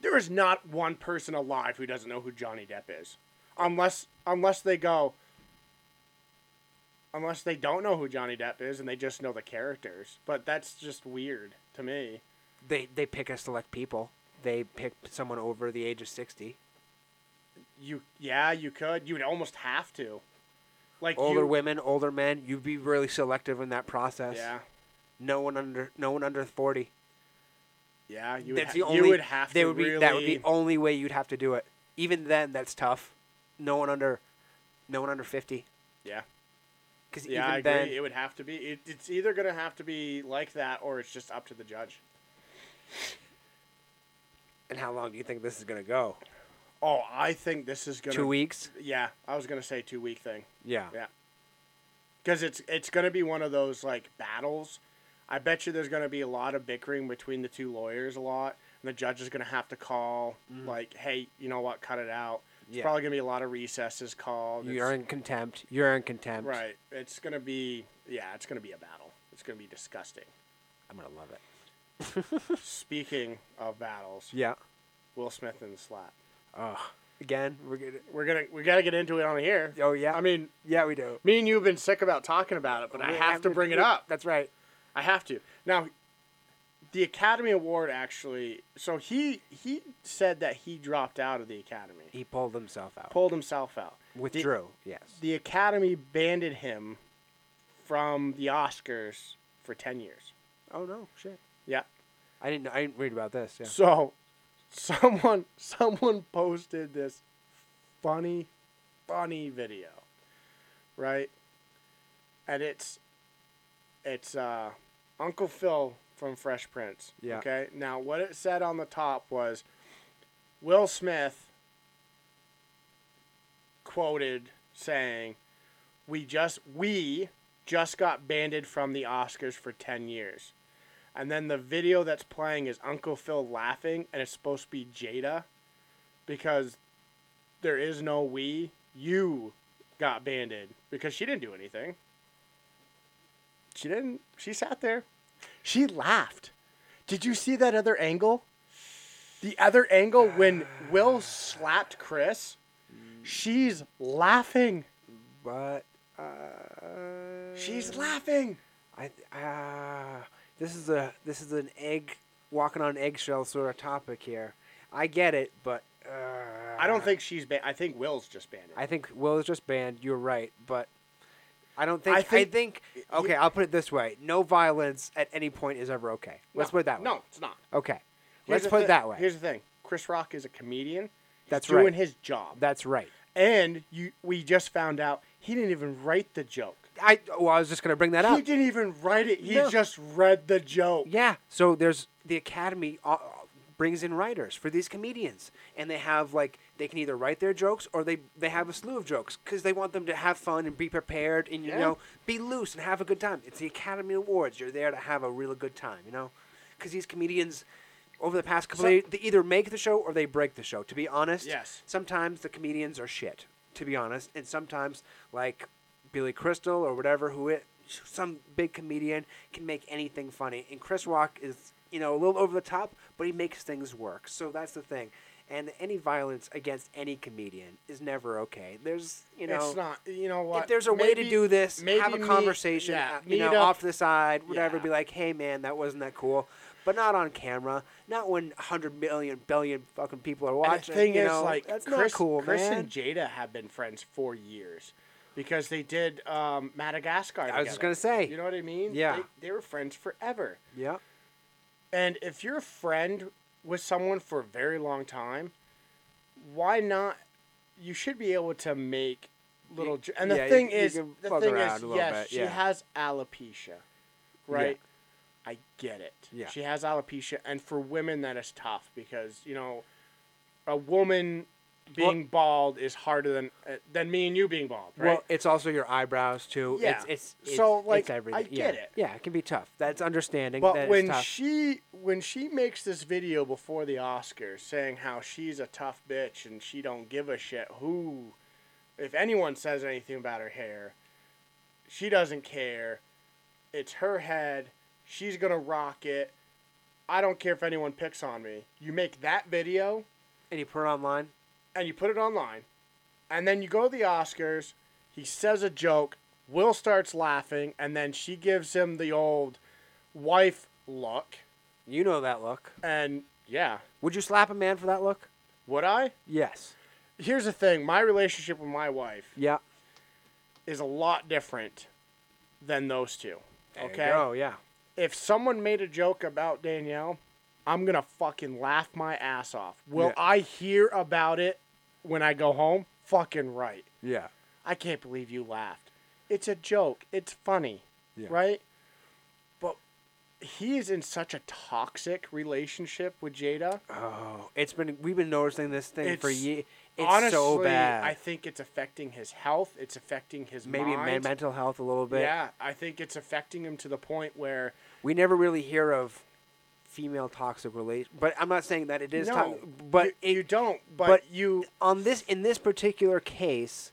Speaker 1: There is not one person alive who doesn't know who Johnny Depp is. Unless unless they go unless they don't know who Johnny Depp is and they just know the characters. But that's just weird to me.
Speaker 2: They they pick a select people. They pick someone over the age of sixty,
Speaker 1: You yeah, you could. You would almost have to. Like
Speaker 2: older
Speaker 1: you,
Speaker 2: women, older men. You'd be really selective in that process.
Speaker 1: Yeah.
Speaker 2: No one under no one under forty.
Speaker 1: Yeah, you would,
Speaker 2: that's
Speaker 1: ha-
Speaker 2: the only.
Speaker 1: you would have
Speaker 2: they
Speaker 1: to
Speaker 2: would be,
Speaker 1: really
Speaker 2: That would be only way you'd have to do it. Even then, that's tough. No one under, no one under fifty.
Speaker 1: Yeah.
Speaker 2: Because
Speaker 1: Yeah, I
Speaker 2: even
Speaker 1: agree.
Speaker 2: then,
Speaker 1: it would have to be. It, it's either going to have to be like that, or it's just up to the judge.
Speaker 2: and how long do you think this is gonna go?
Speaker 1: Oh, I think this is going to.
Speaker 2: Two weeks.
Speaker 1: Yeah, I was going to say two week thing.
Speaker 2: Yeah.
Speaker 1: Yeah, because it's it's going to be one of those like battles. I bet you there's going to be a lot of bickering between the two lawyers a lot, and the judge is going to have to call like, "Hey, you know what? Cut it out." It's
Speaker 2: Yeah.
Speaker 1: probably going to be a lot of recesses called. It's-
Speaker 2: You're in contempt. You're in contempt.
Speaker 1: right. It's going to be yeah. It's going to be a battle. It's going to be disgusting.
Speaker 2: I'm gonna love it.
Speaker 1: Speaking of battles,
Speaker 2: Yeah.
Speaker 1: Will Smith and the slap.
Speaker 2: Oh. Again, we're gonna.
Speaker 1: We're gonna we gotta get into it on here.
Speaker 2: Oh yeah.
Speaker 1: I mean,
Speaker 2: yeah, we do.
Speaker 1: me and you have been sick about talking about it, but I
Speaker 2: We
Speaker 1: have to
Speaker 2: been-
Speaker 1: bring it up.
Speaker 2: That's right.
Speaker 1: I have to. Now, the Academy Award actually. So he he said that he dropped out of the Academy,
Speaker 2: He pulled himself out.
Speaker 1: pulled himself out.
Speaker 2: Withdrew. yes.
Speaker 1: The Academy banded him from the Oscars for ten years.
Speaker 2: Oh no, shit.
Speaker 1: Yeah.
Speaker 2: I didn't. I didn't read about this. Yeah.
Speaker 1: So, someone someone posted this funny, funny video, right? And it's it's uh, Uncle Phil from Fresh Prince.
Speaker 2: Yeah.
Speaker 1: Okay. Now, what it said on the top was Will Smith quoted saying, "We just we just got banded from the Oscars for ten years." And then the video that's playing is Uncle Phil laughing, and it's supposed to be Jada because there is no we. You got banded because she didn't do anything. She didn't. She sat there. She laughed. Did you see that other angle? The other angle when Will slapped Chris, she's laughing.
Speaker 2: But uh,
Speaker 1: She's laughing.
Speaker 2: I uh, this is a this is an egg walking on eggshell sort of topic here. I get it, but uh,
Speaker 1: I don't think she's banned. I think Will's just banded.
Speaker 2: I think Will is just banned. You're right, but I don't think.
Speaker 1: I
Speaker 2: I
Speaker 1: think-
Speaker 2: think. okay, I'll put it this way: no violence at any point is ever okay. Let's
Speaker 1: No,
Speaker 2: put it that way.
Speaker 1: No, it's not.
Speaker 2: Okay.
Speaker 1: Here's
Speaker 2: Let's
Speaker 1: the
Speaker 2: put
Speaker 1: thi-
Speaker 2: it that way.
Speaker 1: Here's the thing: Chris Rock is a comedian. He's
Speaker 2: That's
Speaker 1: doing
Speaker 2: right.
Speaker 1: his job.
Speaker 2: That's right.
Speaker 1: and you, we just found out he didn't even write the joke.
Speaker 2: I well, I was just gonna bring that
Speaker 1: He
Speaker 2: up.
Speaker 1: didn't even write it. He
Speaker 2: No.
Speaker 1: just read the joke.
Speaker 2: Yeah. So there's the Academy uh, brings in writers for these comedians, and they have like they can either write their jokes or they they have a slew of jokes because they want them to have fun and be prepared and you
Speaker 1: Yeah.
Speaker 2: know be loose and have a good time. It's the Academy Awards. You're there to have a really good time, you know, because these comedians. Over the past couple,
Speaker 1: So-
Speaker 2: of years, they either make the show or they break the show. To be honest,
Speaker 1: Yes.
Speaker 2: Sometimes the comedians are shit, to be honest, and sometimes like Billy Crystal or whatever, who it some big comedian can make anything funny. And Chris Rock is you know a little over the top, but he makes things work. So that's the thing. And any violence against any comedian is never okay. There's you know.
Speaker 1: it's not. You know what?
Speaker 2: If there's a way to
Speaker 1: Maybe-
Speaker 2: do this,
Speaker 1: maybe
Speaker 2: have a
Speaker 1: meet-
Speaker 2: conversation,
Speaker 1: yeah,
Speaker 2: uh, you know,
Speaker 1: meet up.
Speaker 2: off to the side, whatever.
Speaker 1: Yeah.
Speaker 2: Be like, hey man, that wasn't that cool, but not on camera, not when hundred million billion fucking people are
Speaker 1: And
Speaker 2: watching.
Speaker 1: The thing
Speaker 2: you
Speaker 1: is,
Speaker 2: know,
Speaker 1: like,
Speaker 2: that's
Speaker 1: Chris,
Speaker 2: not cool,
Speaker 1: Chris
Speaker 2: man.
Speaker 1: and Jada have been friends for years because they did um, Madagascar.
Speaker 2: I was just
Speaker 1: together.
Speaker 2: gonna say.
Speaker 1: You know what I mean?
Speaker 2: Yeah.
Speaker 1: They, they were friends forever.
Speaker 2: yeah,
Speaker 1: And if you're a friend with someone for a very long time, why not you should be able to make little. ju- And the
Speaker 2: yeah, you-
Speaker 1: thing
Speaker 2: you
Speaker 1: is,
Speaker 2: can
Speaker 1: the
Speaker 2: fuck
Speaker 1: thing
Speaker 2: around
Speaker 1: is,
Speaker 2: a little
Speaker 1: yes,
Speaker 2: bit,
Speaker 1: she
Speaker 2: yeah.
Speaker 1: has alopecia, right? I get it.
Speaker 2: Yeah.
Speaker 1: She has alopecia, and for women that is tough because you know, a woman being bald is harder than uh, than me and you being bald, right?
Speaker 2: Well, it's also your eyebrows too.
Speaker 1: Yeah.
Speaker 2: It's, it's, it's
Speaker 1: So,
Speaker 2: it's
Speaker 1: like, I
Speaker 2: everything.
Speaker 1: get
Speaker 2: yeah.
Speaker 1: it.
Speaker 2: Yeah, it can be tough. That's understanding. that
Speaker 1: But
Speaker 2: it's
Speaker 1: when
Speaker 2: tough.
Speaker 1: she when she makes this video before the Oscars saying how she's a tough bitch and she don't give a shit who if anyone says anything about her hair, she doesn't care. It's her head. She's going to rock it. I don't care if anyone picks on me. You make that video
Speaker 2: and you put it online,
Speaker 1: and you put it online. And then you go to the Oscars. He says a joke. Will starts laughing and then she gives him the old wife look.
Speaker 2: you know that look.
Speaker 1: And yeah,
Speaker 2: Would you slap a man for that look?
Speaker 1: would I?
Speaker 2: Yes.
Speaker 1: Here's the thing my relationship with my wife
Speaker 2: Yeah.
Speaker 1: is a lot different than those two. Okay?
Speaker 2: Oh yeah.
Speaker 1: If someone made a joke about Danielle, I'm going to fucking laugh my ass off. Will
Speaker 2: Yeah.
Speaker 1: I hear about it when I go home? Fucking right.
Speaker 2: Yeah.
Speaker 1: I can't believe you laughed. It's a joke. It's funny.
Speaker 2: Yeah.
Speaker 1: Right? But he is in such a toxic relationship with Jada.
Speaker 2: Oh, it's been we've been noticing this thing for
Speaker 1: It's-
Speaker 2: years. It's
Speaker 1: Honestly,
Speaker 2: so bad.
Speaker 1: I think it's affecting his health. It's affecting his
Speaker 2: Maybe
Speaker 1: mind.
Speaker 2: men- mental health a little bit.
Speaker 1: yeah, I think it's affecting him to the point where
Speaker 2: We never really hear of female toxic relation, but I'm not saying that it is.
Speaker 1: no,
Speaker 2: toxic, but
Speaker 1: you,
Speaker 2: it,
Speaker 1: you don't. But,
Speaker 2: but-
Speaker 1: you
Speaker 2: on this in this particular case,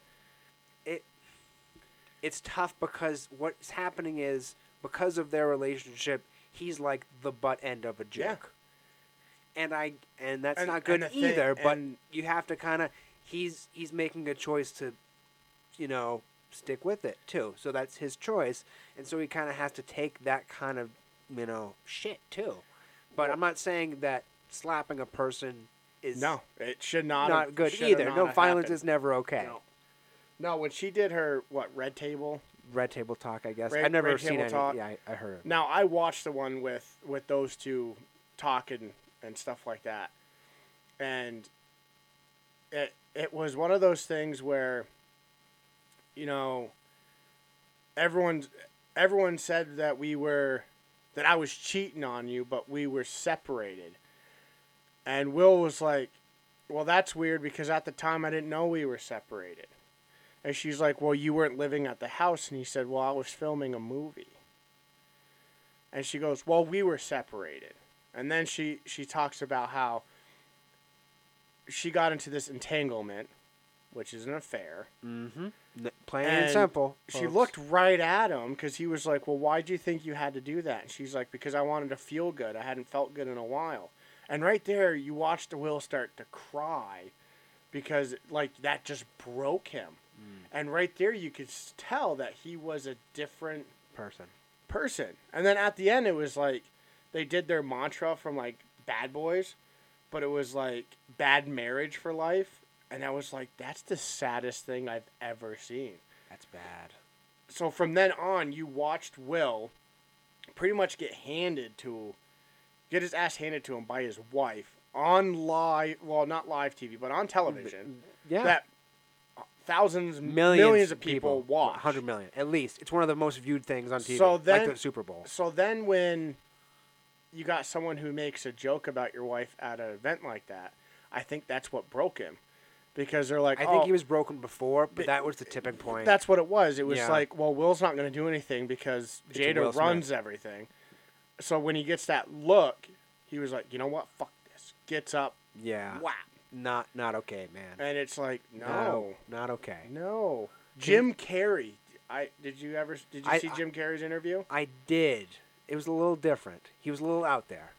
Speaker 2: it it's tough because what's happening is because of their relationship, he's like the butt end of a joke.
Speaker 1: Yeah.
Speaker 2: And I and that's
Speaker 1: And-
Speaker 2: not good
Speaker 1: and the thing-
Speaker 2: either, but
Speaker 1: and-
Speaker 2: you have to kind of he's he's making a choice to you know stick with it too. So that's his choice, and so he kind of has to take that kind of you know shit too. But I'm not saying that slapping a person is
Speaker 1: no, it should not
Speaker 2: not
Speaker 1: have-
Speaker 2: good
Speaker 1: should have
Speaker 2: either.
Speaker 1: not
Speaker 2: No
Speaker 1: have
Speaker 2: violence
Speaker 1: happened.
Speaker 2: is never okay.
Speaker 1: No. No, when she did her what red table.
Speaker 2: Red Table Talk, I guess.
Speaker 1: Red-
Speaker 2: I've never
Speaker 1: Red
Speaker 2: seen
Speaker 1: Table
Speaker 2: any.
Speaker 1: Talk.
Speaker 2: Yeah, I, I heard. Of it.
Speaker 1: Now I watched the one with with those two talking and stuff like that, and it it was one of those things where, you know, everyone everyone said that we were that I was cheating on you, but we were separated, and Will was like, "Well, that's weird because at the time I didn't know we were separated," and she's like, "Well, you weren't living at the house," and he said, "Well, I was filming a movie." and she goes, "Well, we were separated." And then she she talks about how she got into this entanglement, which is an affair.
Speaker 2: N- Plain and,
Speaker 1: Mm-hmm. And
Speaker 2: simple.
Speaker 1: She
Speaker 2: folks.
Speaker 1: looked right at him because he was like, "Well, why do you think you had to do that?" And she's like, "Because I wanted to feel good. I hadn't felt good in a while." And right there, you watched Will start to cry because like that just broke him. And right there, you could s- tell that he was a different
Speaker 2: person.
Speaker 1: person. And then at the end, it was like they did their mantra from like Bad Boys, but it was like bad marriage for life. And I was like, that's the saddest thing I've ever seen.
Speaker 2: That's bad.
Speaker 1: So from then on, you watched Will pretty much get handed to, get his ass handed to him by his wife on live, well, not live TV, but on television.
Speaker 2: Yeah.
Speaker 1: That thousands,
Speaker 2: millions,
Speaker 1: millions, of people, watch.
Speaker 2: Hundred million, at least. It's one of the most viewed things on TV.
Speaker 1: So
Speaker 2: like
Speaker 1: then-
Speaker 2: the Super Bowl.
Speaker 1: So then when you got someone who makes a joke about your wife at an event like that, I think that's what broke him. Because they're like,
Speaker 2: I think
Speaker 1: "Oh,
Speaker 2: he was broken before, but that was the tipping point.
Speaker 1: that's what it was. It was
Speaker 2: Yeah.
Speaker 1: like, well, Will's not going to do anything because
Speaker 2: It's Will
Speaker 1: Jada
Speaker 2: Smith.
Speaker 1: runs everything. So when he gets that look, he was like, you know what? Fuck this. Gets up,
Speaker 2: yeah.
Speaker 1: whap.
Speaker 2: Not not okay, man.
Speaker 1: And it's like,
Speaker 2: Not
Speaker 1: Eh, no,
Speaker 2: o- not okay.
Speaker 1: no. Jim Carrey. I did you ever did you
Speaker 2: I-
Speaker 1: see
Speaker 2: I-
Speaker 1: Jim Carrey's interview?
Speaker 2: I did. It was a little different. He was a little out there.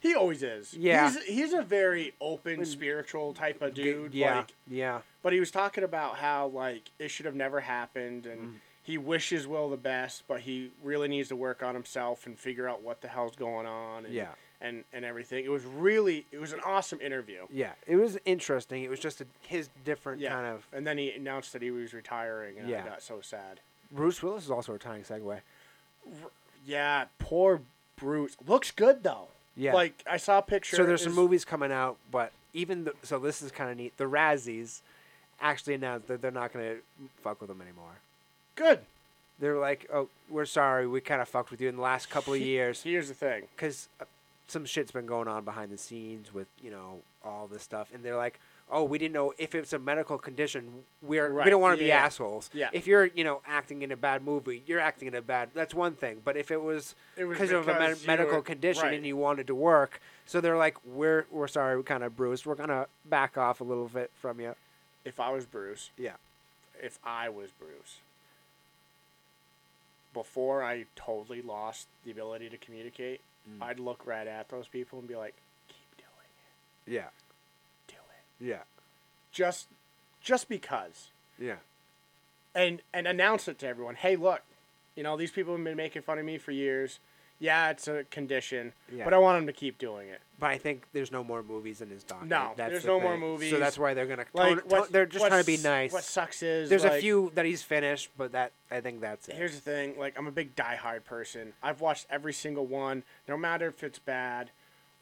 Speaker 1: He always is.
Speaker 2: Yeah.
Speaker 1: He's, he's a very open, spiritual type of dude.
Speaker 2: yeah,
Speaker 1: Like,
Speaker 2: yeah.
Speaker 1: but he was talking about how, like, it should have never happened and
Speaker 2: Mm.
Speaker 1: he wishes Will the best, but he really needs to work on himself and figure out what the hell's going on. And,
Speaker 2: Yeah.
Speaker 1: And, and everything. It was really, it was an awesome interview.
Speaker 2: Yeah, it was interesting. It was just a, his different
Speaker 1: Yeah.
Speaker 2: kind of.
Speaker 1: And then he announced that he was retiring and
Speaker 2: Yeah.
Speaker 1: I got so sad.
Speaker 2: Bruce Willis is also a tiny segue.
Speaker 1: Yeah. Poor Bruce. Looks good, though.
Speaker 2: Yeah.
Speaker 1: Like, I saw a picture.
Speaker 2: So there's some
Speaker 1: is-
Speaker 2: movies coming out, but even the, so this is kind of neat. The Razzies actually announced that they're not gonna fuck with him anymore.
Speaker 1: Good.
Speaker 2: They're like, oh, we're sorry, we kind of fucked with you in the last couple of years
Speaker 1: Here's the thing.
Speaker 2: because uh, some shit's been going on behind the scenes with you know all this stuff, and they're like. Oh, we didn't know if it's a medical condition. We're
Speaker 1: Right,
Speaker 2: we don't want to be
Speaker 1: yeah.
Speaker 2: assholes.
Speaker 1: Yeah.
Speaker 2: If you're you know acting in a bad movie, you're acting in a bad. That's one thing. But if it was
Speaker 1: It was
Speaker 2: because of a med-
Speaker 1: because you
Speaker 2: medical
Speaker 1: were-
Speaker 2: condition
Speaker 1: right.
Speaker 2: and you wanted to work, so they're like, we're we're sorry, we kind of bruised. We're gonna back off a little bit from you.
Speaker 1: If I was Bruce,
Speaker 2: Yeah.
Speaker 1: if I was Bruce, before I totally lost the ability to communicate,
Speaker 2: Mm.
Speaker 1: I'd look right at those people and be like, "Keep doing it,
Speaker 2: Yeah.
Speaker 1: do it."
Speaker 2: Yeah.
Speaker 1: Just, just because,
Speaker 2: Yeah.
Speaker 1: and and announce it to everyone. Hey, look, you know these people have been making fun of me for years. Yeah, it's a condition,
Speaker 2: Yeah.
Speaker 1: but I want them to keep doing it.
Speaker 2: But I think there's no more movies in his document.
Speaker 1: No,
Speaker 2: That's
Speaker 1: there's
Speaker 2: the
Speaker 1: no more
Speaker 2: thing.
Speaker 1: movies.
Speaker 2: So that's why they're gonna.
Speaker 1: Like,
Speaker 2: Like,
Speaker 1: what-
Speaker 2: they're just
Speaker 1: what
Speaker 2: trying to be
Speaker 1: s-
Speaker 2: nice.
Speaker 1: What sucks is
Speaker 2: there's a
Speaker 1: like,
Speaker 2: few that he's finished, but that I think that's it.
Speaker 1: Here's the thing, like I'm a big diehard person. I've watched every single one, no matter if it's bad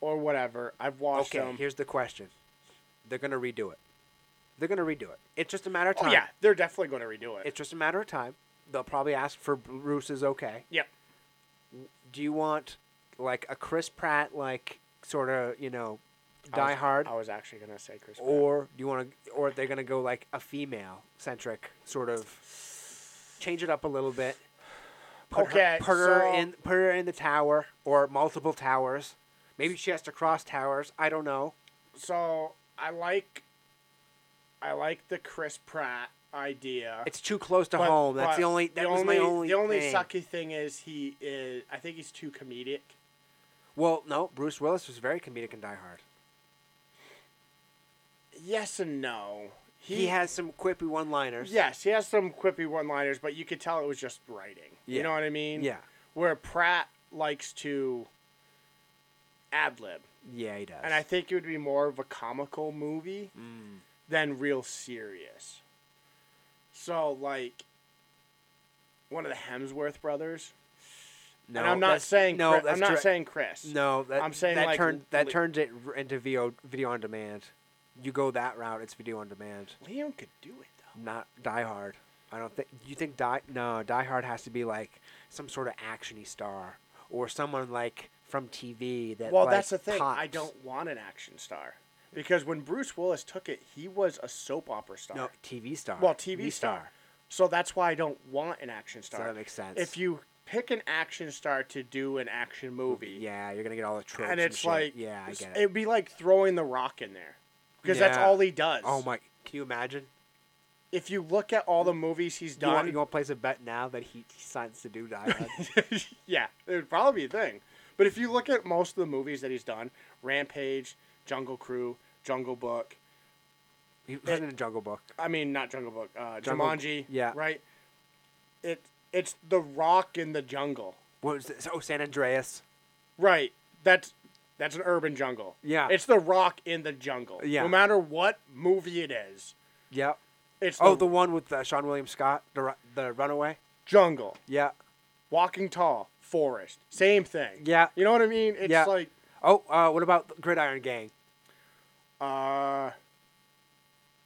Speaker 1: or whatever. I've watched
Speaker 2: okay.
Speaker 1: them.
Speaker 2: Here's the question. They're gonna redo it. They're gonna redo it. It's just a matter of
Speaker 1: Oh
Speaker 2: time.
Speaker 1: yeah, they're definitely going to redo it.
Speaker 2: It's just a matter of time. They'll probably ask for Bruce's okay.
Speaker 1: yep.
Speaker 2: Do you want like a Chris Pratt like sort of you know,
Speaker 1: I was-
Speaker 2: Die Hard,
Speaker 1: I was actually going to say Chris. Pratt.
Speaker 2: or do you want to, or they're gonna go like a female centric sort of, change it up a little bit. Put
Speaker 1: Okay,
Speaker 2: her, put her
Speaker 1: so-
Speaker 2: in put her in the tower or multiple towers. Maybe she has to cross towers. I don't know.
Speaker 1: so I like, I like the Chris Pratt idea.
Speaker 2: It's too close to
Speaker 1: but-
Speaker 2: home. That's
Speaker 1: but
Speaker 2: the only. That was
Speaker 1: only,
Speaker 2: my only.
Speaker 1: The only
Speaker 2: thing.
Speaker 1: sucky thing is he is. I think he's too comedic.
Speaker 2: Well, no. Bruce Willis was very comedic in Die Hard.
Speaker 1: Yes and no.
Speaker 2: He, has some quippy one-liners.
Speaker 1: Yes, he has some quippy one-liners, but you could tell it was just writing. You
Speaker 2: Yeah.
Speaker 1: know what I mean?
Speaker 2: Yeah.
Speaker 1: Where Pratt likes to ad lib,
Speaker 2: Yeah, he does.
Speaker 1: and I think it would be more of a comical movie
Speaker 2: Mm.
Speaker 1: than real serious. So like one of the Hemsworth brothers,
Speaker 2: no,
Speaker 1: and I'm not
Speaker 2: that's-
Speaker 1: saying
Speaker 2: no.
Speaker 1: Chri-
Speaker 2: that's
Speaker 1: I'm not
Speaker 2: direct-
Speaker 1: saying Chris.
Speaker 2: No, that,
Speaker 1: I'm saying,
Speaker 2: that
Speaker 1: like,
Speaker 2: turned that
Speaker 1: li-
Speaker 2: turns it r- into video video on demand. You go that route, it's video on demand.
Speaker 1: Liam could do it though.
Speaker 2: Not Die Hard. I don't think you think Die no Die Hard has to be like some sort of actiony star or someone like from TV that.
Speaker 1: Well,
Speaker 2: like,
Speaker 1: that's the thing. I
Speaker 2: pops.
Speaker 1: don't want an action star because when Bruce Willis took it, he was a soap opera star.
Speaker 2: No TV star.
Speaker 1: Well, TV star. So that's why I don't want an action star.
Speaker 2: that makes sense.
Speaker 1: If you pick an action star to do an action movie,
Speaker 2: Yeah, you're gonna get all the tropes.
Speaker 1: and it's
Speaker 2: shit.
Speaker 1: like,
Speaker 2: yeah, I get it.
Speaker 1: would be like throwing the rock in there because that's
Speaker 2: Yeah.
Speaker 1: all he does.
Speaker 2: Oh my! Can you imagine?
Speaker 1: If you look at all the movies he's
Speaker 2: You want,
Speaker 1: done,
Speaker 2: you want to place a bet now that he decides to do Die Hard?
Speaker 1: yeah, it would probably be a thing. But if you look at most of the movies that he's done, Rampage, Jungle Crew, Jungle Book.
Speaker 2: he was in a Jungle Book.
Speaker 1: I mean, not Jungle Book. Uh,
Speaker 2: Jungle-
Speaker 1: Jumanji.
Speaker 2: yeah.
Speaker 1: Right. It it's the Rock in the jungle.
Speaker 2: What was this? Oh, San Andreas.
Speaker 1: Right. That's that's an urban jungle.
Speaker 2: Yeah.
Speaker 1: It's the rock in the jungle.
Speaker 2: Yeah.
Speaker 1: No matter what movie it is.
Speaker 2: Yep.
Speaker 1: It's the,
Speaker 2: Oh, the one with uh, Sean William Scott, the ru- the Runaway.
Speaker 1: jungle.
Speaker 2: Yeah.
Speaker 1: Walking tall, forest. Same thing.
Speaker 2: Yeah.
Speaker 1: You know what I mean? It's
Speaker 2: Yeah.
Speaker 1: like
Speaker 2: Oh, uh, what about the Gridiron Gang?
Speaker 1: uh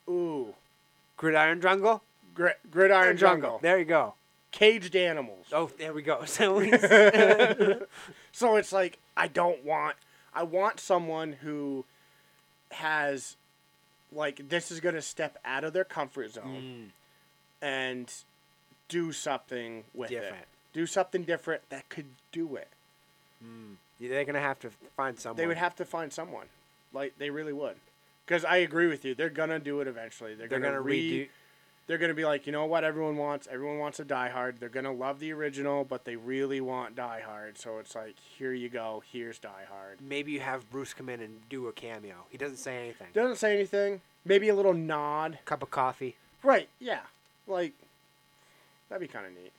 Speaker 1: ooh.
Speaker 2: Gridiron Jungle.
Speaker 1: Gri- gridiron jungle.
Speaker 2: There you go.
Speaker 1: Caged animals.
Speaker 2: Oh, there we go. So he's-
Speaker 1: So it's like I don't want I want someone who has like this is going to step out of their comfort zone and do something with it.
Speaker 2: Different.
Speaker 1: Do something different that could do it.
Speaker 2: they're gonna have to find someone.
Speaker 1: They would have to find someone. Like they really would. Cuz I agree with you. They're going to do it eventually. They're,
Speaker 2: They're
Speaker 1: going to
Speaker 2: gonna redo.
Speaker 1: redo They're going to be like, "You know what everyone wants? Everyone wants a Die Hard. They're going to love the original, but they really want Die Hard." So it's like, "Here you go. Here's Die Hard."
Speaker 2: Maybe you have Bruce come in and do a cameo. He doesn't say anything.
Speaker 1: Doesn't say anything. Maybe a little nod.
Speaker 2: Cup of coffee,
Speaker 1: Right. Yeah. Like that'd be kind of neat.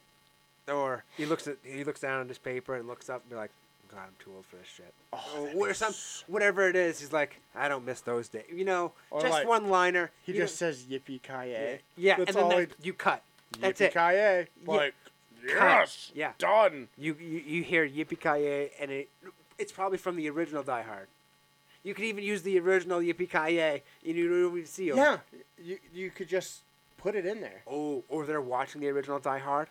Speaker 2: or he looks at he looks down at his paper and looks up and be like, "God, I'm too old for this shit."
Speaker 1: that'd
Speaker 2: or
Speaker 1: be
Speaker 2: some whatever it is. He's like, "I don't miss those days." You know,
Speaker 1: Or
Speaker 2: just
Speaker 1: like-
Speaker 2: one liner.
Speaker 1: He just says yippee ki yay.
Speaker 2: Yeah,
Speaker 1: That's
Speaker 2: and then
Speaker 1: all
Speaker 2: that's, you cut. That's
Speaker 1: yippee
Speaker 2: it.
Speaker 1: ki yay. Like yes.
Speaker 2: Yeah.
Speaker 1: Done.
Speaker 2: You, you you hear yippee ki yay, and it it's probably from the original Die Hard. You could even use the original Yippee Ki Yay, and you don't even see them.
Speaker 1: Yeah, you you could just put it in there.
Speaker 2: Oh, or they're watching the original Die Hard.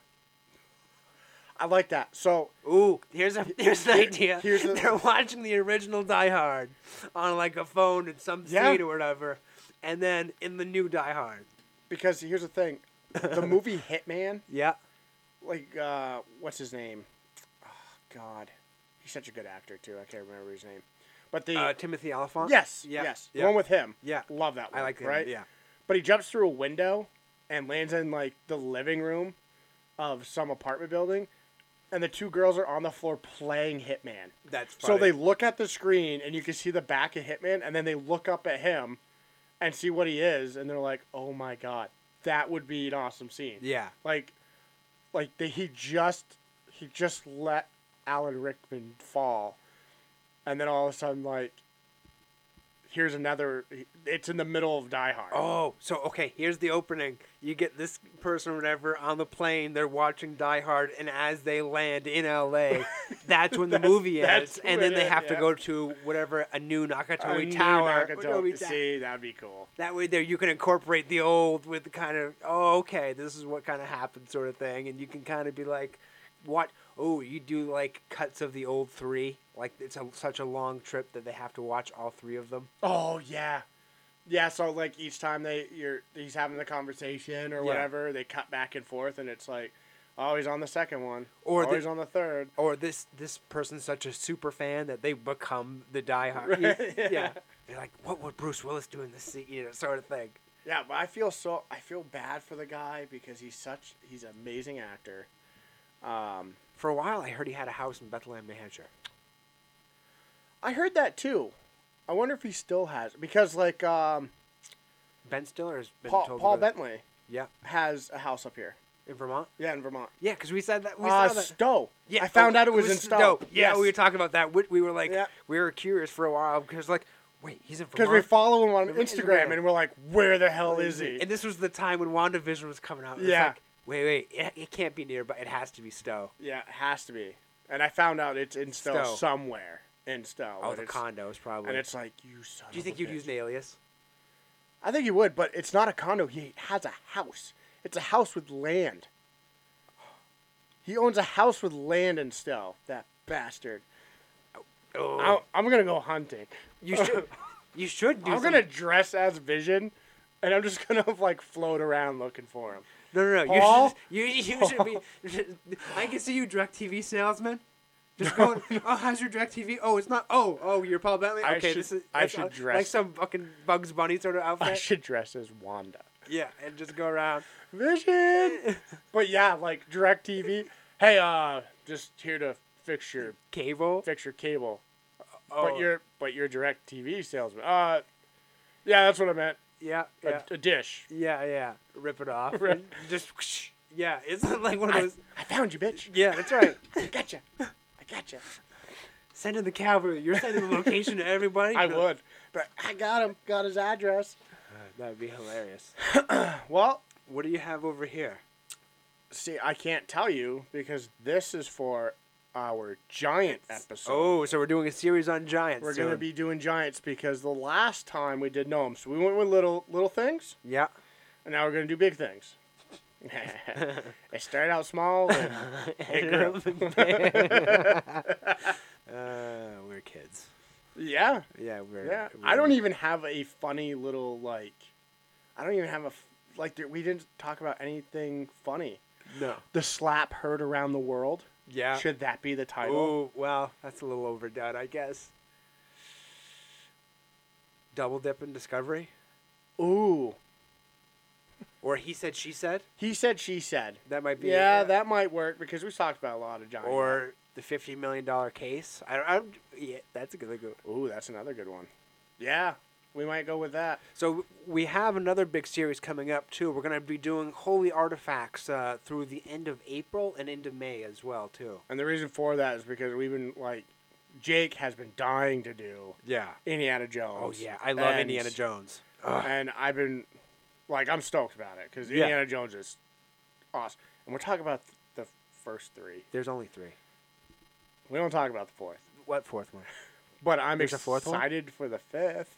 Speaker 1: I like that. So
Speaker 2: Ooh, here's a here's an
Speaker 1: Here-
Speaker 2: idea.
Speaker 1: here's a-
Speaker 2: They're watching the original Die Hard on like a phone in some
Speaker 1: Yeah.
Speaker 2: state or whatever, and then in the new Die Hard.
Speaker 1: because here's the thing, the movie Hitman,
Speaker 2: Yeah.
Speaker 1: like uh, what's his name? Oh, God, he's such a good actor too. I can't remember his name, but the
Speaker 2: Uh, Timothy Oliphant.
Speaker 1: yes,
Speaker 2: Yeah.
Speaker 1: yes, the
Speaker 2: Yeah.
Speaker 1: one with him.
Speaker 2: Yeah.
Speaker 1: love that one.
Speaker 2: I like him.
Speaker 1: right.
Speaker 2: Yeah.
Speaker 1: But he jumps through a window and lands in like the living room of some apartment building, and the two girls are on the floor playing Hitman.
Speaker 2: That's
Speaker 1: So
Speaker 2: funny.
Speaker 1: they look at the screen and you can see the back of Hitman, and then they look up at him and see what he is, and they're like, "Oh my god, that would be an awesome scene."
Speaker 2: Yeah.
Speaker 1: Like, like they, he just he just let Alan Rickman fall, and then all of a sudden, like, here's another. It's in the middle of Die Hard.
Speaker 2: Oh, so okay, here's the opening. You get this person or whatever on the plane, they're watching Die Hard, and as they land in LA, that's when the movie
Speaker 1: that's
Speaker 2: ends. And then
Speaker 1: when
Speaker 2: they
Speaker 1: it-
Speaker 2: have to
Speaker 1: yeah.
Speaker 2: go to whatever a new
Speaker 1: I
Speaker 2: Nakatomi
Speaker 1: knew
Speaker 2: Tower.
Speaker 1: Nakatomi-
Speaker 2: Nakatomi Ta-
Speaker 1: See, that'd be cool.
Speaker 2: That way there you can incorporate the old with the kind of oh okay, this is what kinda happened sort of thing, and you can kinda be like what oh, you do like cuts of the old three. Like it's a, such a long trip that they have to watch all three of them.
Speaker 1: Oh yeah, yeah. So like each time they you're he's having the conversation or
Speaker 2: Yeah.
Speaker 1: whatever, they cut back and forth, and it's like, oh, he's on the second one,
Speaker 2: Or
Speaker 1: or
Speaker 2: the-
Speaker 1: he's on the third.
Speaker 2: or this this person's such a super fan that they become the diehard. hard. yeah. they're like, what would Bruce Willis do in this scene? You know, sort of thing.
Speaker 1: Yeah, but I feel so I feel bad for the guy because he's such he's an amazing actor. Um,
Speaker 2: For a while, I heard he had a house in Bethlehem, New Hampshire.
Speaker 1: I heard that too. I wonder if he still has because like um,
Speaker 2: Ben Stiller has been
Speaker 1: Paul
Speaker 2: told. to
Speaker 1: Paul
Speaker 2: go there.
Speaker 1: Bentley
Speaker 2: Yeah,
Speaker 1: has a house up here.
Speaker 2: in Vermont.
Speaker 1: Yeah, in Vermont.
Speaker 2: Yeah, because we said that. We
Speaker 1: Uh,
Speaker 2: saw that.
Speaker 1: Stowe.
Speaker 2: yeah,
Speaker 1: I found
Speaker 2: oh,
Speaker 1: out it was, in Stowe.
Speaker 2: Stowe. Yeah,
Speaker 1: Yes.
Speaker 2: we were talking about that. We, we were like,
Speaker 1: Yeah.
Speaker 2: we were curious for a while because like, wait, he's in Vermont.
Speaker 1: Because we follow him on
Speaker 2: Remember
Speaker 1: Instagram
Speaker 2: Instagram?
Speaker 1: and we're like, where the hell is he?
Speaker 2: And this was the time when WandaVision was coming out. It's
Speaker 1: Yeah.
Speaker 2: like, wait, wait, it, it can't be near, but it has to be Stowe.
Speaker 1: Yeah, it has to be. And I found out it's in Stowe,
Speaker 2: Stowe.
Speaker 1: somewhere in Stowe.
Speaker 2: Oh,
Speaker 1: and
Speaker 2: the
Speaker 1: it's-
Speaker 2: condos probably.
Speaker 1: And it's like, you son
Speaker 2: Do you
Speaker 1: of
Speaker 2: think
Speaker 1: a
Speaker 2: you'd
Speaker 1: bitch.
Speaker 2: use an alias?
Speaker 1: I think he would, but it's not a condo. He has a house. It's a house with land. He owns a house with land in Stowe. That bastard.
Speaker 2: Oh.
Speaker 1: I'll, I'm going to go hunting.
Speaker 2: You should. You should do.
Speaker 1: I'm going to dress as Vision, and I'm just going to, like, float around looking for him.
Speaker 2: No, no, no.
Speaker 1: Paul?
Speaker 2: You should. You, you should be. I can see you, Direct TV salesman. Just going. Oh, how's your Direct TV? Oh, it's not. Oh, oh, you're Paul Bentley.
Speaker 1: I
Speaker 2: Okay,
Speaker 1: should-
Speaker 2: this is.
Speaker 1: I
Speaker 2: that's
Speaker 1: should
Speaker 2: all- like
Speaker 1: dress-
Speaker 2: some fucking Bugs Bunny sort of outfit.
Speaker 1: I should dress as Wanda.
Speaker 2: Yeah, and just go around.
Speaker 1: Vision. but yeah, like direct TV. Hey, uh, just here to fix your
Speaker 2: Cable.
Speaker 1: fix your cable.
Speaker 2: Oh,
Speaker 1: But you're but you're direct TV salesman. Uh yeah, that's what I meant.
Speaker 2: Yeah,
Speaker 1: A,
Speaker 2: yeah,
Speaker 1: a dish.
Speaker 2: yeah, yeah. Rip it off.
Speaker 1: Rip-
Speaker 2: and Just. whoosh. Yeah, it's like one of
Speaker 1: I,
Speaker 2: those.
Speaker 1: I found you, bitch.
Speaker 2: Yeah, that's right.
Speaker 1: I gotcha. I gotcha.
Speaker 2: Send in the cavalry. You're sending the location to everybody.
Speaker 1: I would. But I got him. Got his address.
Speaker 2: That would be hilarious.
Speaker 1: Well,
Speaker 2: What do you have over here?
Speaker 1: see, I can't tell you because this is for our giant episode.
Speaker 2: Oh, so we're doing a series on giants.
Speaker 1: We're gonna
Speaker 2: soon.
Speaker 1: be doing giants because the last time we did gnomes, we went with little little things.
Speaker 2: Yeah.
Speaker 1: and now we're gonna do big things. it started out small. And it grew.
Speaker 2: Uh, we're kids.
Speaker 1: yeah,
Speaker 2: Yeah, we're.
Speaker 1: yeah.
Speaker 2: we're-
Speaker 1: I don't e-, even have a funny little like. I don't even have a f- like. there- We didn't talk about anything funny.
Speaker 2: No.
Speaker 1: The slap heard around the world.
Speaker 2: Yeah.
Speaker 1: Should that be the title?
Speaker 2: Oh, well, that's a little overdone, I guess. Double dip in discovery,
Speaker 1: Ooh.
Speaker 2: or he said, she said.
Speaker 1: He said. She said.
Speaker 2: That might be.
Speaker 1: Yeah,
Speaker 2: it.
Speaker 1: that might work because we talked about a lot of giant.
Speaker 2: Or the fifty million dollar case. I, I, yeah, that's a good. good.
Speaker 1: Ooh, that's another good one. Yeah, we might go with that.
Speaker 2: So we have another big series coming up too. We're gonna be doing holy artifacts uh, through the end of April and into May as well too.
Speaker 1: And the reason for that is because we've been like, Jake has been dying to do
Speaker 2: Yeah.
Speaker 1: Indiana Jones.
Speaker 2: Oh yeah, I love
Speaker 1: And-
Speaker 2: Indiana Jones.
Speaker 1: And I've been like, I'm stoked about it because
Speaker 2: Yeah.
Speaker 1: Indiana Jones is awesome. And we're talking about the first three.
Speaker 2: There's only three.
Speaker 1: We don't talk about the fourth.
Speaker 2: What fourth one?
Speaker 1: But I'm
Speaker 2: There's a fourth one?
Speaker 1: excited for the fifth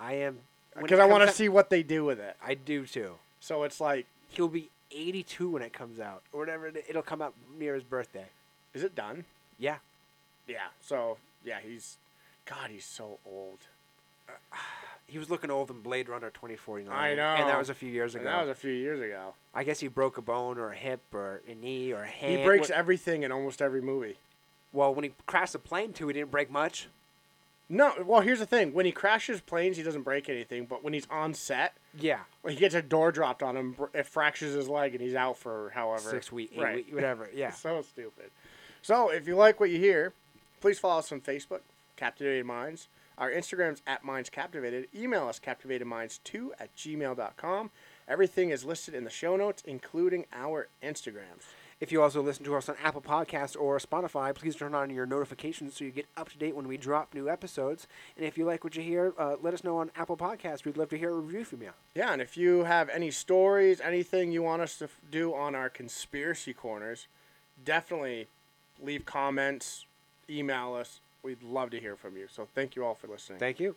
Speaker 2: I am when
Speaker 1: because
Speaker 2: it
Speaker 1: I want to
Speaker 2: comes out-
Speaker 1: see what they do with it.
Speaker 2: I do too.
Speaker 1: So it's like,
Speaker 2: He'll be 82 when it comes out, or whatever. It, it'll come out near his birthday.
Speaker 1: is it done?
Speaker 2: Yeah,
Speaker 1: Yeah. So yeah, he's, God, he's so old.
Speaker 2: he was looking old in Blade Runner 2049.
Speaker 1: I
Speaker 2: and
Speaker 1: know.
Speaker 2: that was a few years
Speaker 1: And
Speaker 2: ago.
Speaker 1: that was a few years ago.
Speaker 2: I guess he broke a bone or a hip or a knee or a hand.
Speaker 1: He breaks
Speaker 2: Wh-
Speaker 1: everything in almost every movie.
Speaker 2: Well, when he crashed the plane too, he didn't break much.
Speaker 1: No, well, here's the thing: when he crashes planes, he doesn't break anything. But when he's on set,
Speaker 2: Yeah,
Speaker 1: when he gets a door dropped on him, br- it fractures his leg, and he's out for however
Speaker 2: six week, eight
Speaker 1: Right.
Speaker 2: week, whatever. Yeah.
Speaker 1: So stupid. So if you like what you hear, please follow us on Facebook, Captivated Minds. Our Instagram's at Minds Captivated. Email us captivatedminds2 at gmail.com. Everything is listed in the show notes, including our Instagrams.
Speaker 2: If you also listen to us on Apple Podcasts or Spotify, please turn on your notifications so you get up to date when we drop new episodes. And if you like what you hear, uh, let us know on Apple Podcasts. We'd love to hear a review from you.
Speaker 1: Yeah, and if you have any stories, anything you want us to f- do on our conspiracy corners, definitely leave comments, email us. We'd love to hear from you. So thank you all for listening.
Speaker 2: Thank you.